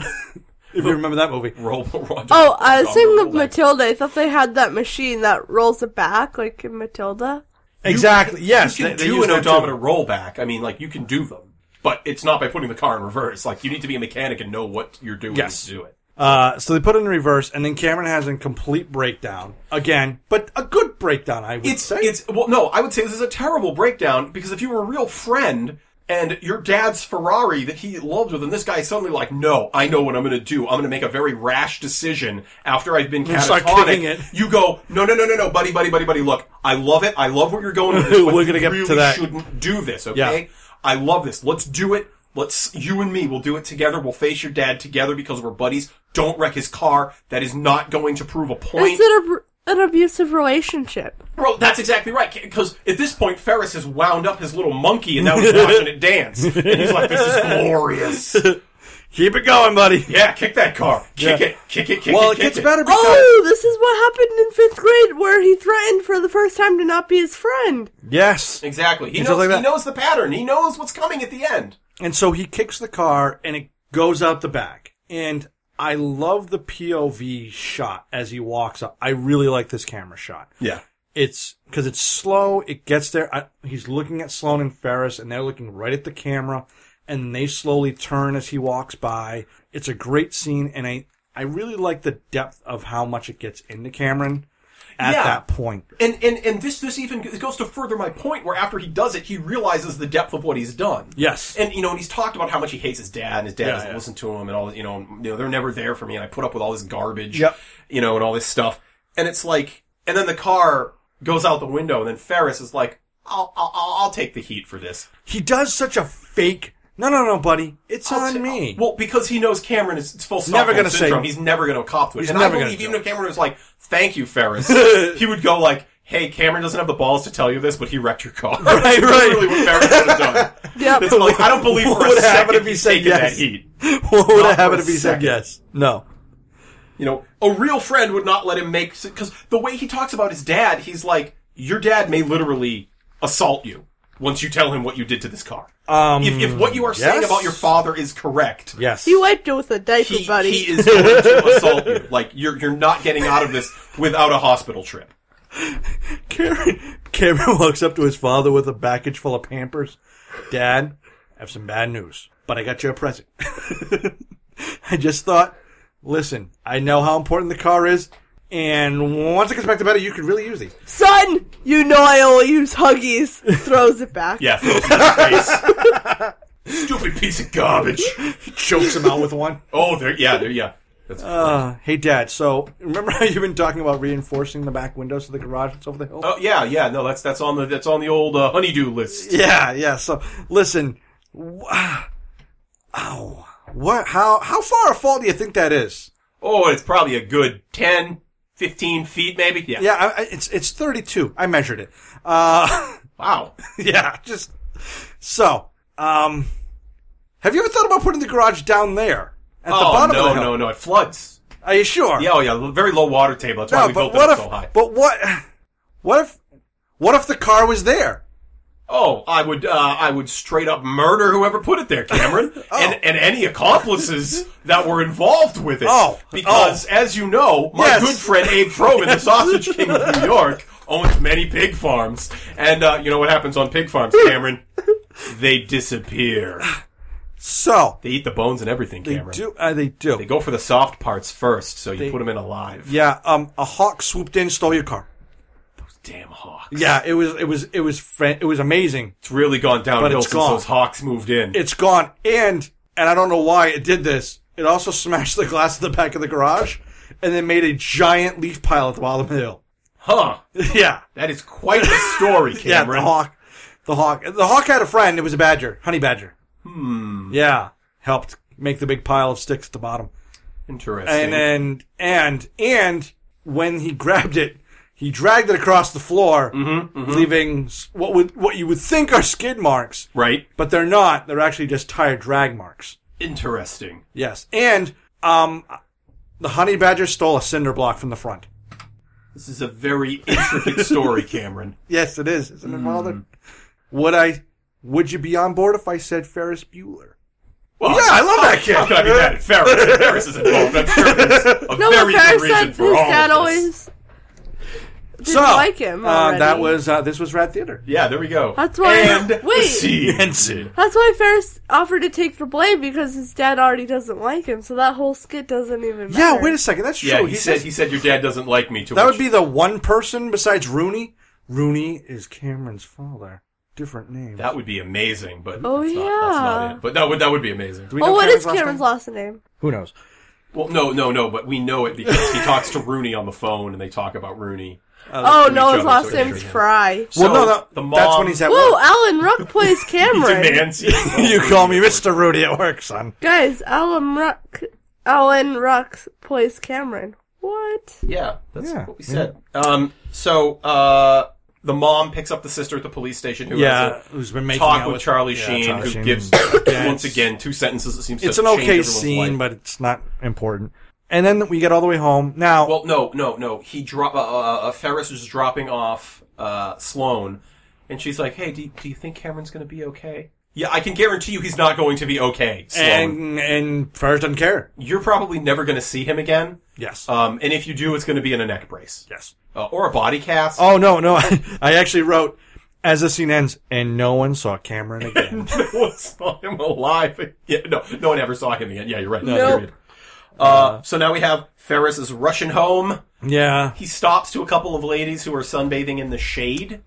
Speaker 6: if you remember that movie.
Speaker 7: roll, roll,
Speaker 8: Oh, uh,
Speaker 7: roll-
Speaker 8: same
Speaker 7: roll
Speaker 8: with
Speaker 7: like-
Speaker 8: Matilda. I thought they had that machine that rolls it back, like in Matilda.
Speaker 6: Exactly. Yes,
Speaker 7: You can
Speaker 6: they- they
Speaker 7: do
Speaker 6: use
Speaker 7: an
Speaker 6: that too.
Speaker 7: odometer rollback. I mean, like you can do them, but it's not by putting the car in reverse. Like you need to be a mechanic and know what you're doing
Speaker 6: Yes.
Speaker 7: to do it.
Speaker 6: Uh, so they put it in reverse, and then Cameron has a complete breakdown again, but a good breakdown, I would
Speaker 7: It's
Speaker 6: say.
Speaker 7: it's well, no, I would say this is a terrible breakdown because if you were a real friend and your dad's Ferrari that he loved with, and this guy's suddenly like, no, I know what I'm going to do. I'm going to make a very rash decision after I've been
Speaker 6: start
Speaker 7: catatonic.
Speaker 6: kicking it.
Speaker 7: You go, no, no, no, no, no, buddy, buddy, buddy, buddy. Look, I love it. I love where you're
Speaker 6: <laughs>
Speaker 7: going with this. but
Speaker 6: We're
Speaker 7: you
Speaker 6: gonna get
Speaker 7: really
Speaker 6: to that.
Speaker 7: Shouldn't do this, okay?
Speaker 6: Yeah.
Speaker 7: I love this. Let's do it. Let's you and me. We'll do it together. We'll face your dad together because we're buddies. Don't wreck his car. That is not going to prove a point.
Speaker 8: It's an, ab- an abusive relationship.
Speaker 7: Bro, that's exactly right. Because at this point, Ferris has wound up his little monkey and
Speaker 6: <laughs>
Speaker 7: now he's watching it dance. And he's like, this is glorious.
Speaker 6: Keep it going, buddy.
Speaker 7: Yeah, kick that car. Kick
Speaker 6: Yeah.
Speaker 7: it. Kick it. Kick
Speaker 6: Well,
Speaker 7: it.
Speaker 6: it
Speaker 7: kick
Speaker 6: gets better because
Speaker 8: Oh, this is what happened in fifth grade, where he threatened for the first time to not be his friend.
Speaker 6: yes,
Speaker 7: Exactly. He
Speaker 6: And
Speaker 7: knows,
Speaker 6: stuff like
Speaker 7: he
Speaker 6: that.
Speaker 7: knows the pattern. He knows what's coming at the end.
Speaker 6: and so he kicks the car, and it goes out the back. And I love the POV shot as he walks up. I really like this camera shot.
Speaker 7: Yeah.
Speaker 6: It's because it's slow. It gets there. I, he's looking at Sloan and Ferris, and they're looking right at the camera, and they slowly turn as he walks by. It's a great scene, and I I really like the depth of how much it gets into Cameron at
Speaker 7: Yeah.
Speaker 6: that point.
Speaker 7: And, and, and this, this even it goes to further my point where after he does it, he realizes the depth of what he's done.
Speaker 6: Yes.
Speaker 7: And, you know, and he's talked about how much he hates his dad and his dad
Speaker 6: Yeah,
Speaker 7: doesn't
Speaker 6: yeah.
Speaker 7: listen to him and all, you know, and, you know, they're never there for me and I put up with all this garbage,
Speaker 6: Yep.
Speaker 7: you know, and all this stuff. And it's like, and then the car goes out the window and then Ferris is like, I'll, I'll, I'll I'll take the heat for this.
Speaker 6: He does such a fake. No, no, no, buddy. It's
Speaker 7: I'll
Speaker 6: on
Speaker 7: ta-
Speaker 6: me.
Speaker 7: Well, because he knows Cameron is it's full stop
Speaker 6: Never gonna
Speaker 7: syndrome.
Speaker 6: say-
Speaker 7: he's never going to cop to it.
Speaker 6: He's
Speaker 7: and
Speaker 6: never
Speaker 7: I
Speaker 6: gonna
Speaker 7: believe
Speaker 6: do
Speaker 7: even
Speaker 6: it.
Speaker 7: if Cameron was like, "Thank
Speaker 6: <laughs>
Speaker 7: you, Ferris," he would go like, "Hey, Cameron doesn't have the balls to tell you this, but he wrecked your car." Right, <laughs>
Speaker 6: right.
Speaker 7: That's Really, what Ferris would have done.
Speaker 6: <laughs>
Speaker 8: Yep.
Speaker 7: It's like, I don't believe for
Speaker 6: What
Speaker 7: a
Speaker 6: would
Speaker 7: second
Speaker 6: happen if he
Speaker 7: he's
Speaker 6: said
Speaker 7: taking
Speaker 6: yes?
Speaker 7: that heat.
Speaker 6: <laughs> what would
Speaker 7: Not
Speaker 6: have happened
Speaker 7: for
Speaker 6: if
Speaker 7: a
Speaker 6: he said
Speaker 7: second.
Speaker 6: yes? No.
Speaker 7: You know, a real friend would not let him make because the way he talks about his dad, he's like, "Your dad may literally assault you." Once you tell him what you did to this car,
Speaker 6: Um,
Speaker 7: if, if what you are saying
Speaker 6: yes.
Speaker 7: about your father is correct,
Speaker 6: Yes.
Speaker 8: <laughs> He wiped it with a diaper,
Speaker 7: he,
Speaker 8: buddy.
Speaker 7: he is going to assault you. Like you're you're not getting out of this without a hospital trip.
Speaker 6: Cameron, <laughs> Cameron walks up to his father with a package full of Pampers. Dad, I have some bad news, but I got you a present. <laughs> I just thought, listen, I know how important the car is, and once it gets back to better, you could really use these.
Speaker 8: Son, you know I only use
Speaker 7: <laughs>
Speaker 8: Huggies. Throws it back.
Speaker 7: Yeah, throws it in his face. Stupid piece of garbage.
Speaker 6: Chokes him out with one.
Speaker 7: Oh, there, yeah, there, yeah.
Speaker 6: <laughs>
Speaker 7: That's,
Speaker 6: Uh, hey, Dad, so remember how you've been talking about reinforcing the back windows of the garage that's over the hill?
Speaker 7: oh, yeah, yeah. No, that's that's on the that's on the old uh, honeydew list.
Speaker 6: Yeah, yeah. So listen, wh- ow, what? How how far a fall do you think that is?
Speaker 7: Oh, it's probably a good 10, 15 feet, maybe. Yeah.
Speaker 6: Yeah, I, I- it's it's thirty two. I measured it. Uh, <laughs>
Speaker 7: Wow.
Speaker 6: yeah, just so. Um, have you ever thought about putting the garage down there at the
Speaker 7: Oh
Speaker 6: bottom of
Speaker 7: no,
Speaker 6: the hill?
Speaker 7: no, no! It floods.
Speaker 6: Are you sure?
Speaker 7: Yeah, oh yeah, very low water table. That's why
Speaker 6: No,
Speaker 7: we
Speaker 6: but
Speaker 7: built
Speaker 6: what
Speaker 7: it
Speaker 6: if?
Speaker 7: so high.
Speaker 6: But what? What if? What if the car was there?
Speaker 7: Oh, I would, uh, I would straight up murder whoever put it there,
Speaker 6: <laughs>
Speaker 7: Cameron,
Speaker 6: Oh.
Speaker 7: and and any accomplices that were involved with it.
Speaker 6: Oh,
Speaker 7: because as you know, my
Speaker 6: Yes.
Speaker 7: good friend Abe
Speaker 6: <laughs>
Speaker 7: Froman, the Sausage King of New York, owns many pig farms, and uh, you know what happens on
Speaker 6: <laughs>
Speaker 7: pig farms, Cameron? they disappear.
Speaker 6: So
Speaker 7: They eat the bones and everything,
Speaker 6: they
Speaker 7: Cameron.
Speaker 6: do. Uh, they do.
Speaker 7: They go for the soft parts first, so you put 'em put them in alive.
Speaker 6: yeah. Um, a hawk swooped in, stole your car.
Speaker 7: Damn hawks.
Speaker 6: Yeah, it was it was it was fan- it was amazing.
Speaker 7: it's really gone downhill
Speaker 6: it's
Speaker 7: since
Speaker 6: gone.
Speaker 7: those hawks moved in.
Speaker 6: It's gone, and and I don't know why it did this. It <laughs> also smashed the glass at the back of the garage, and then made a giant leaf pile at the bottom of the hill. <laughs>
Speaker 7: Huh.
Speaker 6: yeah.
Speaker 7: That is quite a story,
Speaker 6: Yeah, the
Speaker 7: Cameron.
Speaker 6: hawk. The hawk. The hawk had a friend. It was a badger, honey badger. Hmm. Yeah, helped make the big pile of sticks at the bottom.
Speaker 7: Interesting.
Speaker 6: And uh, then and and when he grabbed it, he dragged it across the floor, leaving s- what would what you would think are skid marks,
Speaker 7: right?
Speaker 6: but they're not. They're actually just tire drag marks.
Speaker 7: Interesting.
Speaker 6: Yes, and um, the honey badger stole a cinder block from the front.
Speaker 7: This is a very intricate story, Cameron.
Speaker 6: Yes, it is, isn't it, Father? Mm. Would I? Would you be on board if I said Ferris Bueller?
Speaker 7: Well,
Speaker 6: Yeah, I love that kid.
Speaker 7: I'm not gonna be mad at Ferris. If Ferris is involved. I'm sure there's a
Speaker 8: No,
Speaker 7: very
Speaker 8: but
Speaker 7: good
Speaker 8: Ferris
Speaker 7: reason
Speaker 8: said
Speaker 7: for
Speaker 8: his
Speaker 7: all
Speaker 8: dad
Speaker 7: of this.
Speaker 8: always didn't
Speaker 6: so
Speaker 8: like him.
Speaker 6: uh,
Speaker 8: Already.
Speaker 6: that was uh, this was Rat Theater.
Speaker 7: Yeah, there we go.
Speaker 8: That's why-
Speaker 7: And
Speaker 8: wait.
Speaker 7: Henson.
Speaker 8: That's why Ferris offered to take the blame because his dad already doesn't like him, so that whole skit doesn't even matter.
Speaker 6: Yeah, wait a second. That's true.
Speaker 7: Yeah, he said
Speaker 6: does-
Speaker 7: he said your dad doesn't like me. To
Speaker 6: that
Speaker 7: which,
Speaker 6: would be the one person besides Rooney. Rooney is Cameron's father. Different name.
Speaker 7: that would be amazing, but
Speaker 8: Oh,
Speaker 7: that's not, that's not
Speaker 8: yeah.
Speaker 7: it. But that would that would be amazing.
Speaker 6: Do we
Speaker 8: Oh,
Speaker 6: know
Speaker 8: what is
Speaker 6: last
Speaker 8: Cameron's
Speaker 6: name?
Speaker 8: last name?
Speaker 6: Who knows?
Speaker 7: Well, no, no, no. But we know it because he talks to Rooney on the phone, and they talk about Rooney.
Speaker 8: Oh,
Speaker 7: to
Speaker 8: no,
Speaker 7: each
Speaker 8: his
Speaker 7: other,
Speaker 8: last
Speaker 7: so they
Speaker 8: name's
Speaker 7: treat him.
Speaker 8: Fry.
Speaker 6: well, no,
Speaker 7: So,
Speaker 6: no.
Speaker 7: the
Speaker 6: that's
Speaker 7: mom-
Speaker 6: when he's at
Speaker 8: Whoa,
Speaker 6: work.
Speaker 8: Alan Ruck plays Cameron.
Speaker 6: <laughs>
Speaker 7: Demands
Speaker 6: You call me Mr. Rooney at work, son.
Speaker 8: Guys, Alan Ruck, Alan Ruck plays Cameron. What?
Speaker 7: <laughs> Yeah, that's
Speaker 6: Yeah,
Speaker 7: what we said. Um, so uh, the mom picks up the sister at the police station. Who
Speaker 6: Yeah,
Speaker 7: has a
Speaker 6: who's been making
Speaker 7: talk
Speaker 6: out
Speaker 7: with Charlie
Speaker 6: yeah,
Speaker 7: Sheen,
Speaker 6: Charlie
Speaker 7: who
Speaker 6: Sheen.
Speaker 7: gives
Speaker 6: Yeah,
Speaker 7: <coughs> once
Speaker 6: it's-
Speaker 7: again two sentences that seems
Speaker 6: It's
Speaker 7: to
Speaker 6: an
Speaker 7: change
Speaker 6: okay
Speaker 7: everyone's
Speaker 6: scene,
Speaker 7: life.
Speaker 6: but it's not important. And then we get all the way home. Now,
Speaker 7: Well, no, no, no. He drop uh, uh, uh, Ferris is dropping off uh, Sloane, and she's like, "Hey, do, do you think Cameron's going to be okay?" Yeah, I can guarantee you he's not going to be okay, Sloane.
Speaker 6: and and Ferris doesn't care.
Speaker 7: You're probably never going to see him again.
Speaker 6: Yes,
Speaker 7: Um, and if you do, it's going to be in a neck brace
Speaker 6: yes.
Speaker 7: uh, or a body cast. <laughs>
Speaker 6: Oh no, no. <laughs> I, I actually wrote as the scene ends, and no one saw Cameron
Speaker 7: <laughs>
Speaker 6: again.
Speaker 7: no one saw him alive. Yeah, no, no one ever saw him again. Yeah, you're right. No.
Speaker 8: Nope.
Speaker 7: period. Uh, so now we have Ferris is rushing home.
Speaker 6: yeah,
Speaker 7: He stops to a couple of ladies who are sunbathing in the shade.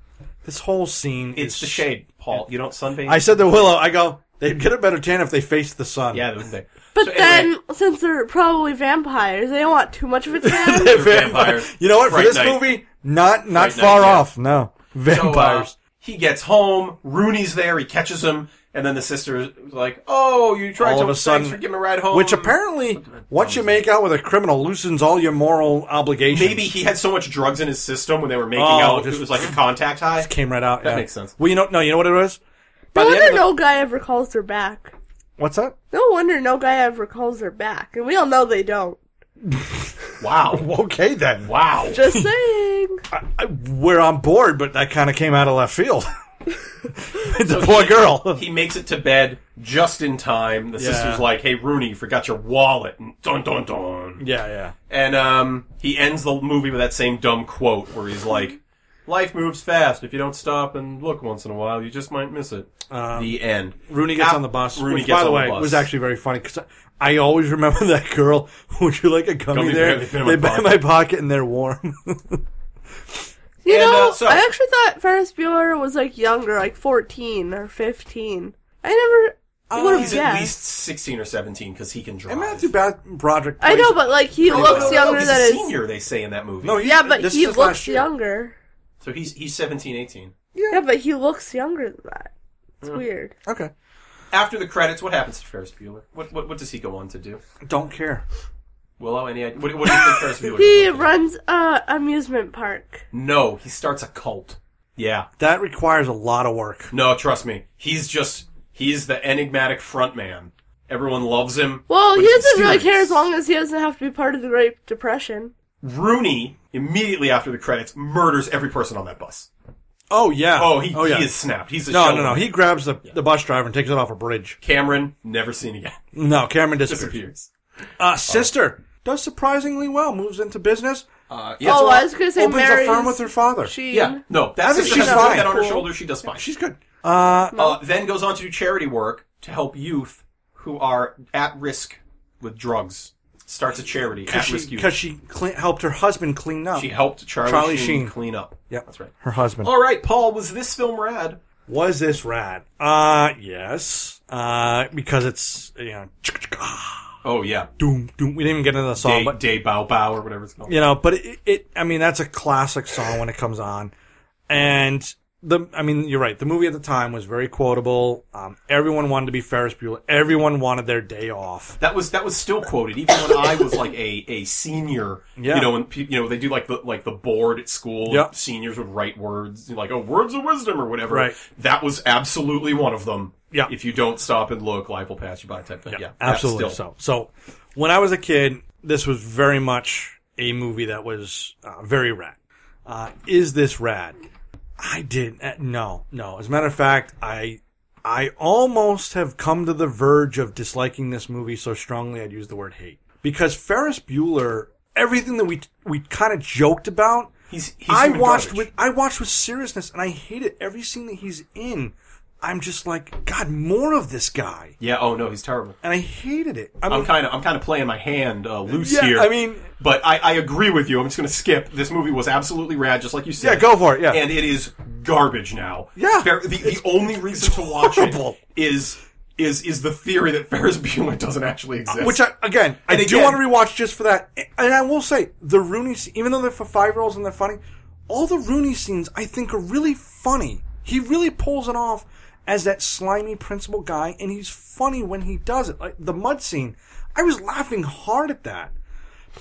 Speaker 6: this whole scene.
Speaker 7: It's
Speaker 6: is,
Speaker 7: the shade, Paul. You don't sunbathe.
Speaker 6: I said to Willow, I go, they'd get a better tan if they faced the sun.
Speaker 7: yeah, those things.
Speaker 8: But
Speaker 7: So anyway,
Speaker 8: then, since they're probably vampires, they don't want too
Speaker 6: <laughs>
Speaker 8: much of a
Speaker 6: <laughs>
Speaker 8: tan.
Speaker 6: They're
Speaker 7: vampires.
Speaker 6: You know what? For
Speaker 7: Fright
Speaker 6: this
Speaker 7: Night.
Speaker 6: movie, not not
Speaker 7: Fright Night,
Speaker 6: far
Speaker 7: yeah.
Speaker 6: off. No,
Speaker 7: so, uh,
Speaker 6: vampires.
Speaker 7: he gets home. Rooney's there. He catches him, and then the sister's like, "Oh, you tried
Speaker 6: all
Speaker 7: to
Speaker 6: of a
Speaker 7: thanks
Speaker 6: sudden,
Speaker 7: for giving a ride home."
Speaker 6: which apparently, once you make out with a criminal, loosens all your moral obligations.
Speaker 7: maybe he had so much drugs in his system when they were making
Speaker 6: Oh,
Speaker 7: out,
Speaker 6: just-
Speaker 7: it
Speaker 6: <laughs>
Speaker 7: was like a contact high.
Speaker 6: came right out.
Speaker 7: That
Speaker 6: yeah.
Speaker 7: makes sense.
Speaker 6: Well, you know, no, you know what it was. By
Speaker 8: No
Speaker 6: the end
Speaker 8: wonder
Speaker 6: of the-
Speaker 8: no guy ever calls her back.
Speaker 6: What's that?
Speaker 8: No wonder no guy ever calls her back. And we all know they don't.
Speaker 7: Wow,
Speaker 6: Okay, then
Speaker 7: wow.
Speaker 6: <laughs>
Speaker 8: Just saying.
Speaker 6: I, we're on board, but that kind of came out of left field. <laughs> the poor girl.
Speaker 7: <laughs> He makes it to bed just in time. The
Speaker 6: Yeah.
Speaker 7: sister's like, "Hey, Rooney, you forgot your wallet." And dun dun dun.
Speaker 6: <laughs> yeah, yeah.
Speaker 7: And um, he ends the movie with that same dumb quote where he's like, "Life moves fast. If you don't stop and look once in a while, you just might miss it." the end.
Speaker 6: Um, Rooney gets
Speaker 7: Ap-
Speaker 6: on the bus.
Speaker 7: Rooney
Speaker 6: which,
Speaker 7: gets
Speaker 6: by the
Speaker 7: on
Speaker 6: way,
Speaker 7: the bus.
Speaker 6: was actually very funny because I, I always remember <laughs> that girl. Would you like a gummy,
Speaker 7: Gummy
Speaker 6: there?
Speaker 7: bear, they've been in
Speaker 6: they
Speaker 7: my
Speaker 6: bet in my
Speaker 7: pocket.
Speaker 6: pocket and they're warm. <laughs>
Speaker 8: You
Speaker 7: And,
Speaker 8: know,
Speaker 7: uh, so-
Speaker 8: I actually thought Ferris Bueller was like younger, like 14 or 15. I never would
Speaker 7: Oh,
Speaker 8: have
Speaker 7: He's at least
Speaker 8: guessed.
Speaker 7: sixteen or seventeen because he can drive.
Speaker 6: and Matthew Bad- Broderick.
Speaker 8: I
Speaker 6: plays-
Speaker 8: know, but like he
Speaker 7: No, no,
Speaker 8: looks
Speaker 7: no,
Speaker 8: younger
Speaker 7: he's
Speaker 8: than
Speaker 7: a
Speaker 8: his.
Speaker 7: senior. They say in that movie.
Speaker 6: No, he-
Speaker 8: Yeah, but
Speaker 6: this
Speaker 8: he
Speaker 6: is
Speaker 8: looks
Speaker 6: last year.
Speaker 8: younger.
Speaker 7: so he's he's 17, 18.
Speaker 8: Yeah, but he looks younger than that. It's
Speaker 7: Hmm.
Speaker 8: weird.
Speaker 6: Okay,
Speaker 7: After the credits, what happens to Ferris Bueller? What what, what does he go on to do?
Speaker 6: don't care.
Speaker 7: Willow, any idea? What, what do you think
Speaker 8: <laughs>
Speaker 7: Ferris Bueller? goes
Speaker 8: He
Speaker 7: on to do?
Speaker 8: runs a amusement park.
Speaker 7: No, he starts a cult. Yeah.
Speaker 6: That requires a lot of work.
Speaker 7: No, trust me. He's just he's the enigmatic frontman. Everyone loves him.
Speaker 8: Well,
Speaker 7: but
Speaker 8: he
Speaker 7: he's
Speaker 8: doesn't really care
Speaker 7: mysterious.
Speaker 8: as long as he doesn't have to be part of the Great Depression.
Speaker 7: Rooney immediately after the credits murders every person on that bus.
Speaker 6: Oh yeah.
Speaker 7: Oh, he,
Speaker 6: Oh yeah.
Speaker 7: he is snapped. He's a
Speaker 6: no,
Speaker 7: shell
Speaker 6: no, no.
Speaker 7: of him.
Speaker 6: He grabs the, the bus driver and takes it off a bridge.
Speaker 7: Cameron never seen again.
Speaker 6: No, Cameron disappears.
Speaker 7: Disappears.
Speaker 6: Uh, sister does surprisingly well. Moves into business.
Speaker 7: Uh, yeah,
Speaker 8: oh,
Speaker 7: so-
Speaker 8: I was gonna say
Speaker 6: opens
Speaker 8: Mary's
Speaker 6: a firm with her father.
Speaker 8: Sheen.
Speaker 7: yeah. No,
Speaker 6: I
Speaker 7: that's
Speaker 6: think
Speaker 7: sister
Speaker 6: she's
Speaker 7: has a
Speaker 6: fine.
Speaker 7: head on her
Speaker 6: Cool.
Speaker 7: shoulder. She does fine.
Speaker 6: She's good. Uh,
Speaker 7: Uh, then goes on to do charity work to help youth who are at risk with drugs. Starts a charity at
Speaker 6: because
Speaker 7: risk
Speaker 6: she,
Speaker 7: youth.
Speaker 6: 'cause she cle- helped her husband clean up.
Speaker 7: She helped Charlie,
Speaker 6: Charlie
Speaker 7: Sheen,
Speaker 6: Sheen.
Speaker 7: clean up.
Speaker 6: Yep.
Speaker 7: that's right.
Speaker 6: her husband.
Speaker 7: All right, Paul, was this film rad?
Speaker 6: Was this rad? Uh, yes. Uh, because it's you know
Speaker 7: Oh yeah,
Speaker 6: Doom, doom. We didn't even get into the song,
Speaker 7: day,
Speaker 6: but
Speaker 7: day bow bow or whatever it's called.
Speaker 6: you know, but it, it, I mean, that's a classic song when it comes on. And the, I mean, you're right. The movie at the time was very quotable. Um, everyone wanted to be Ferris Bueller. Everyone wanted their day off.
Speaker 7: That was that was still quoted even when I was like a, a senior.
Speaker 6: Yeah.
Speaker 7: You know, when pe- you know they do like the like the board at school.
Speaker 6: Yeah.
Speaker 7: Seniors would write words like oh words of wisdom or whatever.
Speaker 6: Right.
Speaker 7: That was absolutely one of them.
Speaker 6: Yeah.
Speaker 7: If you don't stop and look, life will pass you by. Type thing. Yeah. that's
Speaker 6: Absolutely.
Speaker 7: still-
Speaker 6: So, so when I was a kid, this was very much a movie that was uh, very rad. Uh, is this rad? I did uh, no, no. As a matter of fact, I I almost have come to the verge of disliking this movie so strongly I'd use the word hate because Ferris Bueller, everything that we we kind of joked about,
Speaker 7: He's, he's
Speaker 6: I
Speaker 7: human
Speaker 6: watched
Speaker 7: garbage.
Speaker 6: with I watched with seriousness, and I hated every scene that he's in. I'm just like, God, more of this guy,
Speaker 7: Yeah. Oh no, he's terrible.
Speaker 6: and I hated it. I mean,
Speaker 7: I'm kind of I'm kind of playing my hand uh, loose
Speaker 6: Yeah,
Speaker 7: here.
Speaker 6: I mean-
Speaker 7: but I, I agree with you. I'm just going to skip. This movie was absolutely rad, just like you said.
Speaker 6: Yeah, go for it, yeah.
Speaker 7: and it is garbage now.
Speaker 6: Yeah.
Speaker 7: Fer- the, the only reason to watch it
Speaker 6: horrible.
Speaker 7: is is is the theory that Ferris <laughs> Bueller doesn't actually exist.
Speaker 6: Which I again, I
Speaker 7: And
Speaker 6: do
Speaker 7: again-
Speaker 6: want to rewatch just for that. And I will say the Rooney, sc- even though they're for five year olds and they're funny, all the Rooney scenes I think are really funny. He really pulls it off as that slimy principal guy, and he's funny when he does it. Like the mud scene, I was laughing hard at that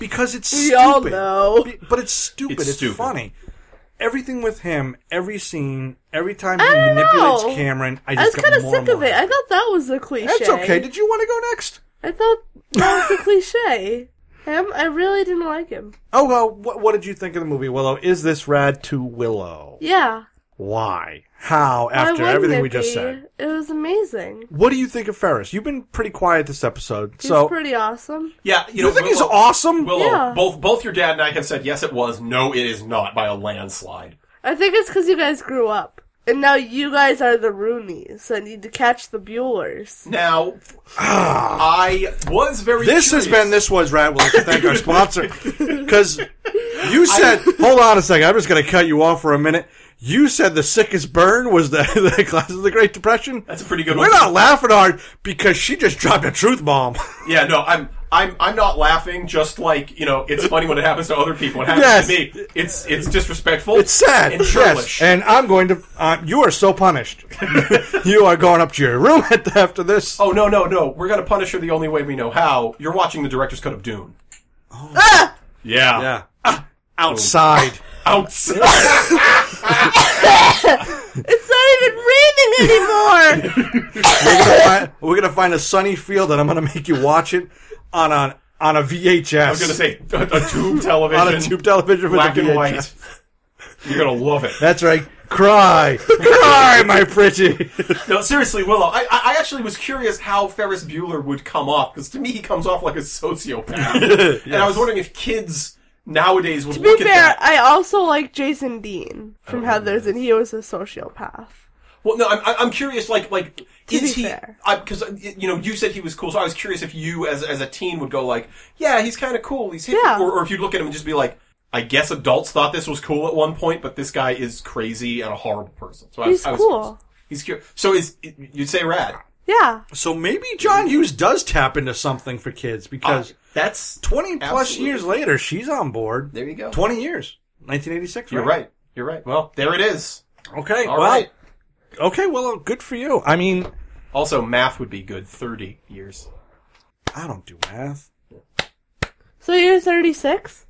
Speaker 6: because it's
Speaker 8: We
Speaker 6: stupid.
Speaker 8: all know.
Speaker 6: Be- But it's stupid. It's,
Speaker 7: It's stupid.
Speaker 6: funny. Everything with him, every scene, every time he
Speaker 8: I don't
Speaker 6: manipulates
Speaker 8: know.
Speaker 6: Cameron, I
Speaker 8: I was
Speaker 6: just
Speaker 8: kind
Speaker 6: got
Speaker 8: of
Speaker 6: more and
Speaker 8: sick of
Speaker 6: more-
Speaker 8: it. I thought that was a cliche.
Speaker 6: That's okay. Did you want to go next?
Speaker 8: I thought that was a cliche. Him, I really didn't like him.
Speaker 6: Oh well, what, what did you think of the movie Willow? Is this rad to Willow?
Speaker 8: Yeah.
Speaker 6: Why? How?
Speaker 8: Why
Speaker 6: After
Speaker 8: wouldn't
Speaker 6: everything
Speaker 8: it
Speaker 6: we just
Speaker 8: be?
Speaker 6: said,
Speaker 8: It was amazing.
Speaker 6: what do you think of Ferris? You've been pretty quiet this episode,
Speaker 8: He's
Speaker 6: so
Speaker 8: pretty awesome.
Speaker 7: yeah, you,
Speaker 6: you,
Speaker 7: know,
Speaker 6: think he's
Speaker 7: Willow-
Speaker 6: awesome?
Speaker 7: Willow,
Speaker 8: Yeah.
Speaker 7: both both your dad and I have said yes, it was. No, it is not by a landslide.
Speaker 8: I think it's because you guys grew up. And now you guys are the Roonies that need to catch the Buellers.
Speaker 7: Now, <sighs> I was very.
Speaker 6: this has
Speaker 7: curious.
Speaker 6: been this was rad. We'd like to thank our
Speaker 8: <laughs>
Speaker 6: sponsor because you said. hold on a second. I'm just going to cut you off for a minute. You said the sickest burn was the <laughs> the class of the Great Depression.
Speaker 7: That's a pretty good
Speaker 6: We're
Speaker 7: one.
Speaker 6: not laughing hard because she just dropped a truth bomb. <laughs>
Speaker 7: Yeah, no, I'm I'm I'm not laughing. Just like you know, it's funny when it happens to other people. It happens
Speaker 6: Yes.
Speaker 7: to me. It's it's disrespectful.
Speaker 6: It's sad.
Speaker 7: and
Speaker 6: yes.
Speaker 7: churlish.
Speaker 6: And I'm going to. Uh, you are so punished. <laughs> you are going up to your room at the, after this.
Speaker 7: oh no, no, no! We're gonna punish her the only way we know how. You're watching the director's cut of Dune.
Speaker 6: Oh. Ah!
Speaker 7: Yeah. <laughs>
Speaker 6: Outside. <laughs>
Speaker 7: Outside.
Speaker 8: It's
Speaker 6: <laughs>
Speaker 8: not even raining anymore!
Speaker 6: we're, gonna find, we're gonna find a sunny field, and I'm gonna make you watch it on a on a VHS.
Speaker 7: I was gonna say a, a tube television.
Speaker 6: on a tube television with
Speaker 7: black
Speaker 6: a
Speaker 7: and
Speaker 6: VHS.
Speaker 7: white. You're gonna love it.
Speaker 6: That's right. Cry, cry, my pretty.
Speaker 7: No, seriously, Willow. I, I I actually was curious how Ferris Bueller would come off because to me he comes off like
Speaker 6: <laughs>
Speaker 7: a sociopath, and I was wondering if kids nowadays would
Speaker 8: to
Speaker 7: look
Speaker 8: be
Speaker 7: at
Speaker 8: fair,
Speaker 7: that.
Speaker 8: I also like Jason Dean from
Speaker 6: Oh,
Speaker 8: Heathers, and he was a sociopath.
Speaker 7: Well, no, I'm, I'm- I'm curious. Like, like
Speaker 8: To
Speaker 7: is
Speaker 8: be
Speaker 7: he?
Speaker 8: fair.
Speaker 7: Because you know, you said he was cool, so I was curious if you, as as a teen, would go like, "Yeah, he's kind of cool. He's hip,"
Speaker 8: Yeah.
Speaker 7: or, or if you'd look at him and just be like, "I guess adults thought this was cool at one point, but this guy is crazy and a horrible person." So I was,
Speaker 8: He's
Speaker 7: I was
Speaker 8: cool.
Speaker 7: He's curious. So is you'd say rad?
Speaker 8: Yeah.
Speaker 6: <laughs> So maybe John Hughes does tap into something for kids because
Speaker 7: That's
Speaker 6: 20 plus
Speaker 7: Uh, Absolutely.
Speaker 6: years later, she's on board.
Speaker 7: There you go.
Speaker 6: 20 years, 1986.
Speaker 7: You're right. You're right. Well, there it is.
Speaker 6: Okay.
Speaker 7: All
Speaker 6: well,
Speaker 7: right.
Speaker 6: Okay, well, good for you. I mean,
Speaker 7: Also, math would be good. Thirty years.
Speaker 6: I don't do math.
Speaker 8: So you're 36?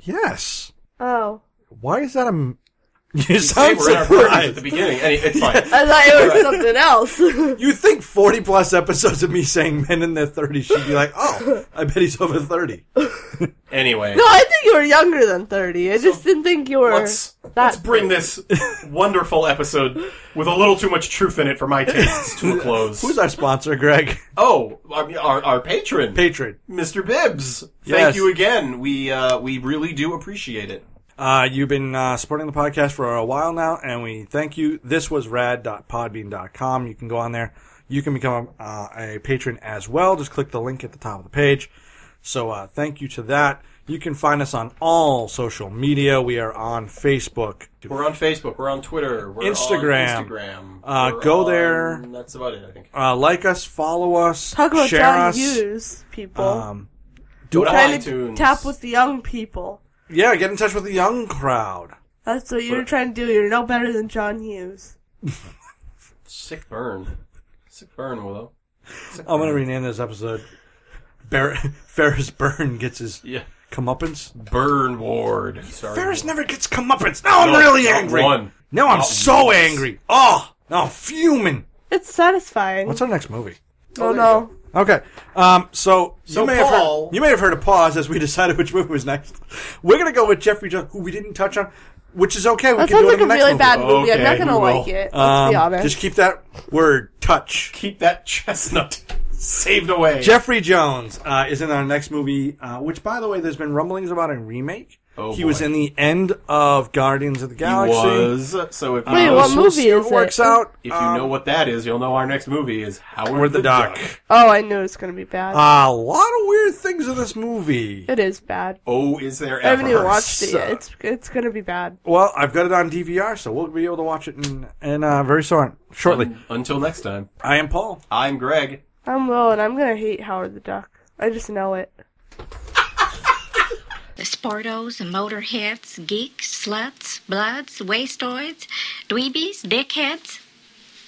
Speaker 6: Yes.
Speaker 8: Oh.
Speaker 6: Why is that a? m- <laughs> You
Speaker 7: Hey,
Speaker 6: sound
Speaker 7: we're in our forties at
Speaker 6: surprised.
Speaker 7: the beginning. Any, it's <laughs> fine.
Speaker 8: I thought it was
Speaker 6: <laughs>
Speaker 8: something else.
Speaker 6: You think forty plus episodes of me saying men in their thirties should be like, oh, I bet he's over thirty.
Speaker 7: Anyway.
Speaker 8: no, I think you were younger than 30. I just didn't think you were.
Speaker 7: let's
Speaker 8: that
Speaker 7: let's bring this wonderful episode with a little too much truth in it for my tastes
Speaker 6: <laughs>
Speaker 7: to a close.
Speaker 6: Who's our sponsor, Greg? <laughs>
Speaker 7: oh, our, our, our patron,
Speaker 6: Patron.
Speaker 7: Mr. Bibbs. Thank
Speaker 6: Yes.
Speaker 7: you again. We uh, we really do appreciate it.
Speaker 6: Uh, you've been uh, supporting the podcast for a while now, and we thank you. This was rad.podbean.com. You can go on there. You can become uh, a patron as well. Just click the link at the top of the page. So uh, thank you to that. You can find us on all social media. We are on Facebook.
Speaker 7: We're on Facebook. We're on Twitter. We're
Speaker 6: Instagram.
Speaker 7: On Instagram.
Speaker 6: Uh,
Speaker 7: We're
Speaker 6: go there.
Speaker 7: on- That's about it, I think.
Speaker 6: Uh, like us, follow us,
Speaker 8: Talk about
Speaker 6: share
Speaker 8: John
Speaker 6: us.
Speaker 8: Hughes, people.
Speaker 6: Um,
Speaker 7: Go to
Speaker 8: Trying to
Speaker 7: iTunes.
Speaker 8: tap with the young people.
Speaker 6: yeah, get in touch with the young crowd.
Speaker 8: That's what you're trying to do. You're no better than John Hughes.
Speaker 7: Sick burn. Sick burn, Willow. Sick
Speaker 6: I'm going to
Speaker 7: burn.
Speaker 6: rename this episode Bar- <laughs> Ferris Burn Gets His
Speaker 7: Yeah.
Speaker 6: Comeuppance.
Speaker 7: Burn Ward. Sorry.
Speaker 6: Ferris never gets comeuppance. Now I'm
Speaker 7: No,
Speaker 6: really
Speaker 7: not
Speaker 6: angry.
Speaker 7: one.
Speaker 6: Now I'm
Speaker 7: Not
Speaker 6: so
Speaker 7: once.
Speaker 6: angry. Oh, now I'm fuming.
Speaker 8: It's satisfying.
Speaker 6: What's our next movie?
Speaker 8: oh no.
Speaker 6: Okay, um, so,
Speaker 7: So,
Speaker 6: you may
Speaker 7: Paul-
Speaker 6: have heard, you may have heard a pause as we decided which movie was next. We're gonna go with Jeffrey Jones, who we didn't touch on, which is okay. We
Speaker 8: That
Speaker 6: can
Speaker 8: sounds
Speaker 6: do it
Speaker 8: like
Speaker 6: in the
Speaker 8: a
Speaker 6: next
Speaker 8: really
Speaker 6: movie.
Speaker 8: bad movie. I'm not
Speaker 7: Okay,
Speaker 8: gonna
Speaker 7: we will.
Speaker 8: like it. Let's be
Speaker 6: Um,
Speaker 8: honest.
Speaker 6: just keep that word touch.
Speaker 7: Keep that chestnut <laughs> saved away.
Speaker 6: Jeffrey Jones uh, is in our next movie, uh, which, by the way, there's been rumblings about a remake.
Speaker 7: Oh,
Speaker 6: he
Speaker 7: boy.
Speaker 6: was in the end of Guardians of the
Speaker 7: He
Speaker 6: Galaxy.
Speaker 7: was. So if you,
Speaker 8: Wait,
Speaker 7: know,
Speaker 8: what
Speaker 6: So we'll
Speaker 8: movie
Speaker 6: see
Speaker 8: is
Speaker 6: if it works
Speaker 8: it?
Speaker 6: out.
Speaker 7: if you
Speaker 8: Um,
Speaker 7: know what that is, you'll know our next movie is Howard
Speaker 6: Howard the Duck.
Speaker 8: oh, I knew it was gonna be bad.
Speaker 6: A lot of weird things in this movie.
Speaker 8: it is bad.
Speaker 7: Oh, is there ever?
Speaker 8: I haven't even watched it yet.
Speaker 6: suck.
Speaker 8: It's it's gonna be bad.
Speaker 6: Well, I've got it on DVR, so we'll be able to watch it in, in uh, very soon, shortly.
Speaker 7: Until next time,
Speaker 6: I am Paul.
Speaker 7: I'm Greg.
Speaker 8: I'm low, and I'm gonna hate Howard the Duck. I just know it.
Speaker 4: The Sportos, the Motorheads, Geeks, Sluts, Bloods, Wastoids, Dweebies, Dickheads.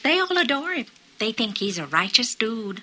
Speaker 4: They all adore him. They think he's a righteous dude.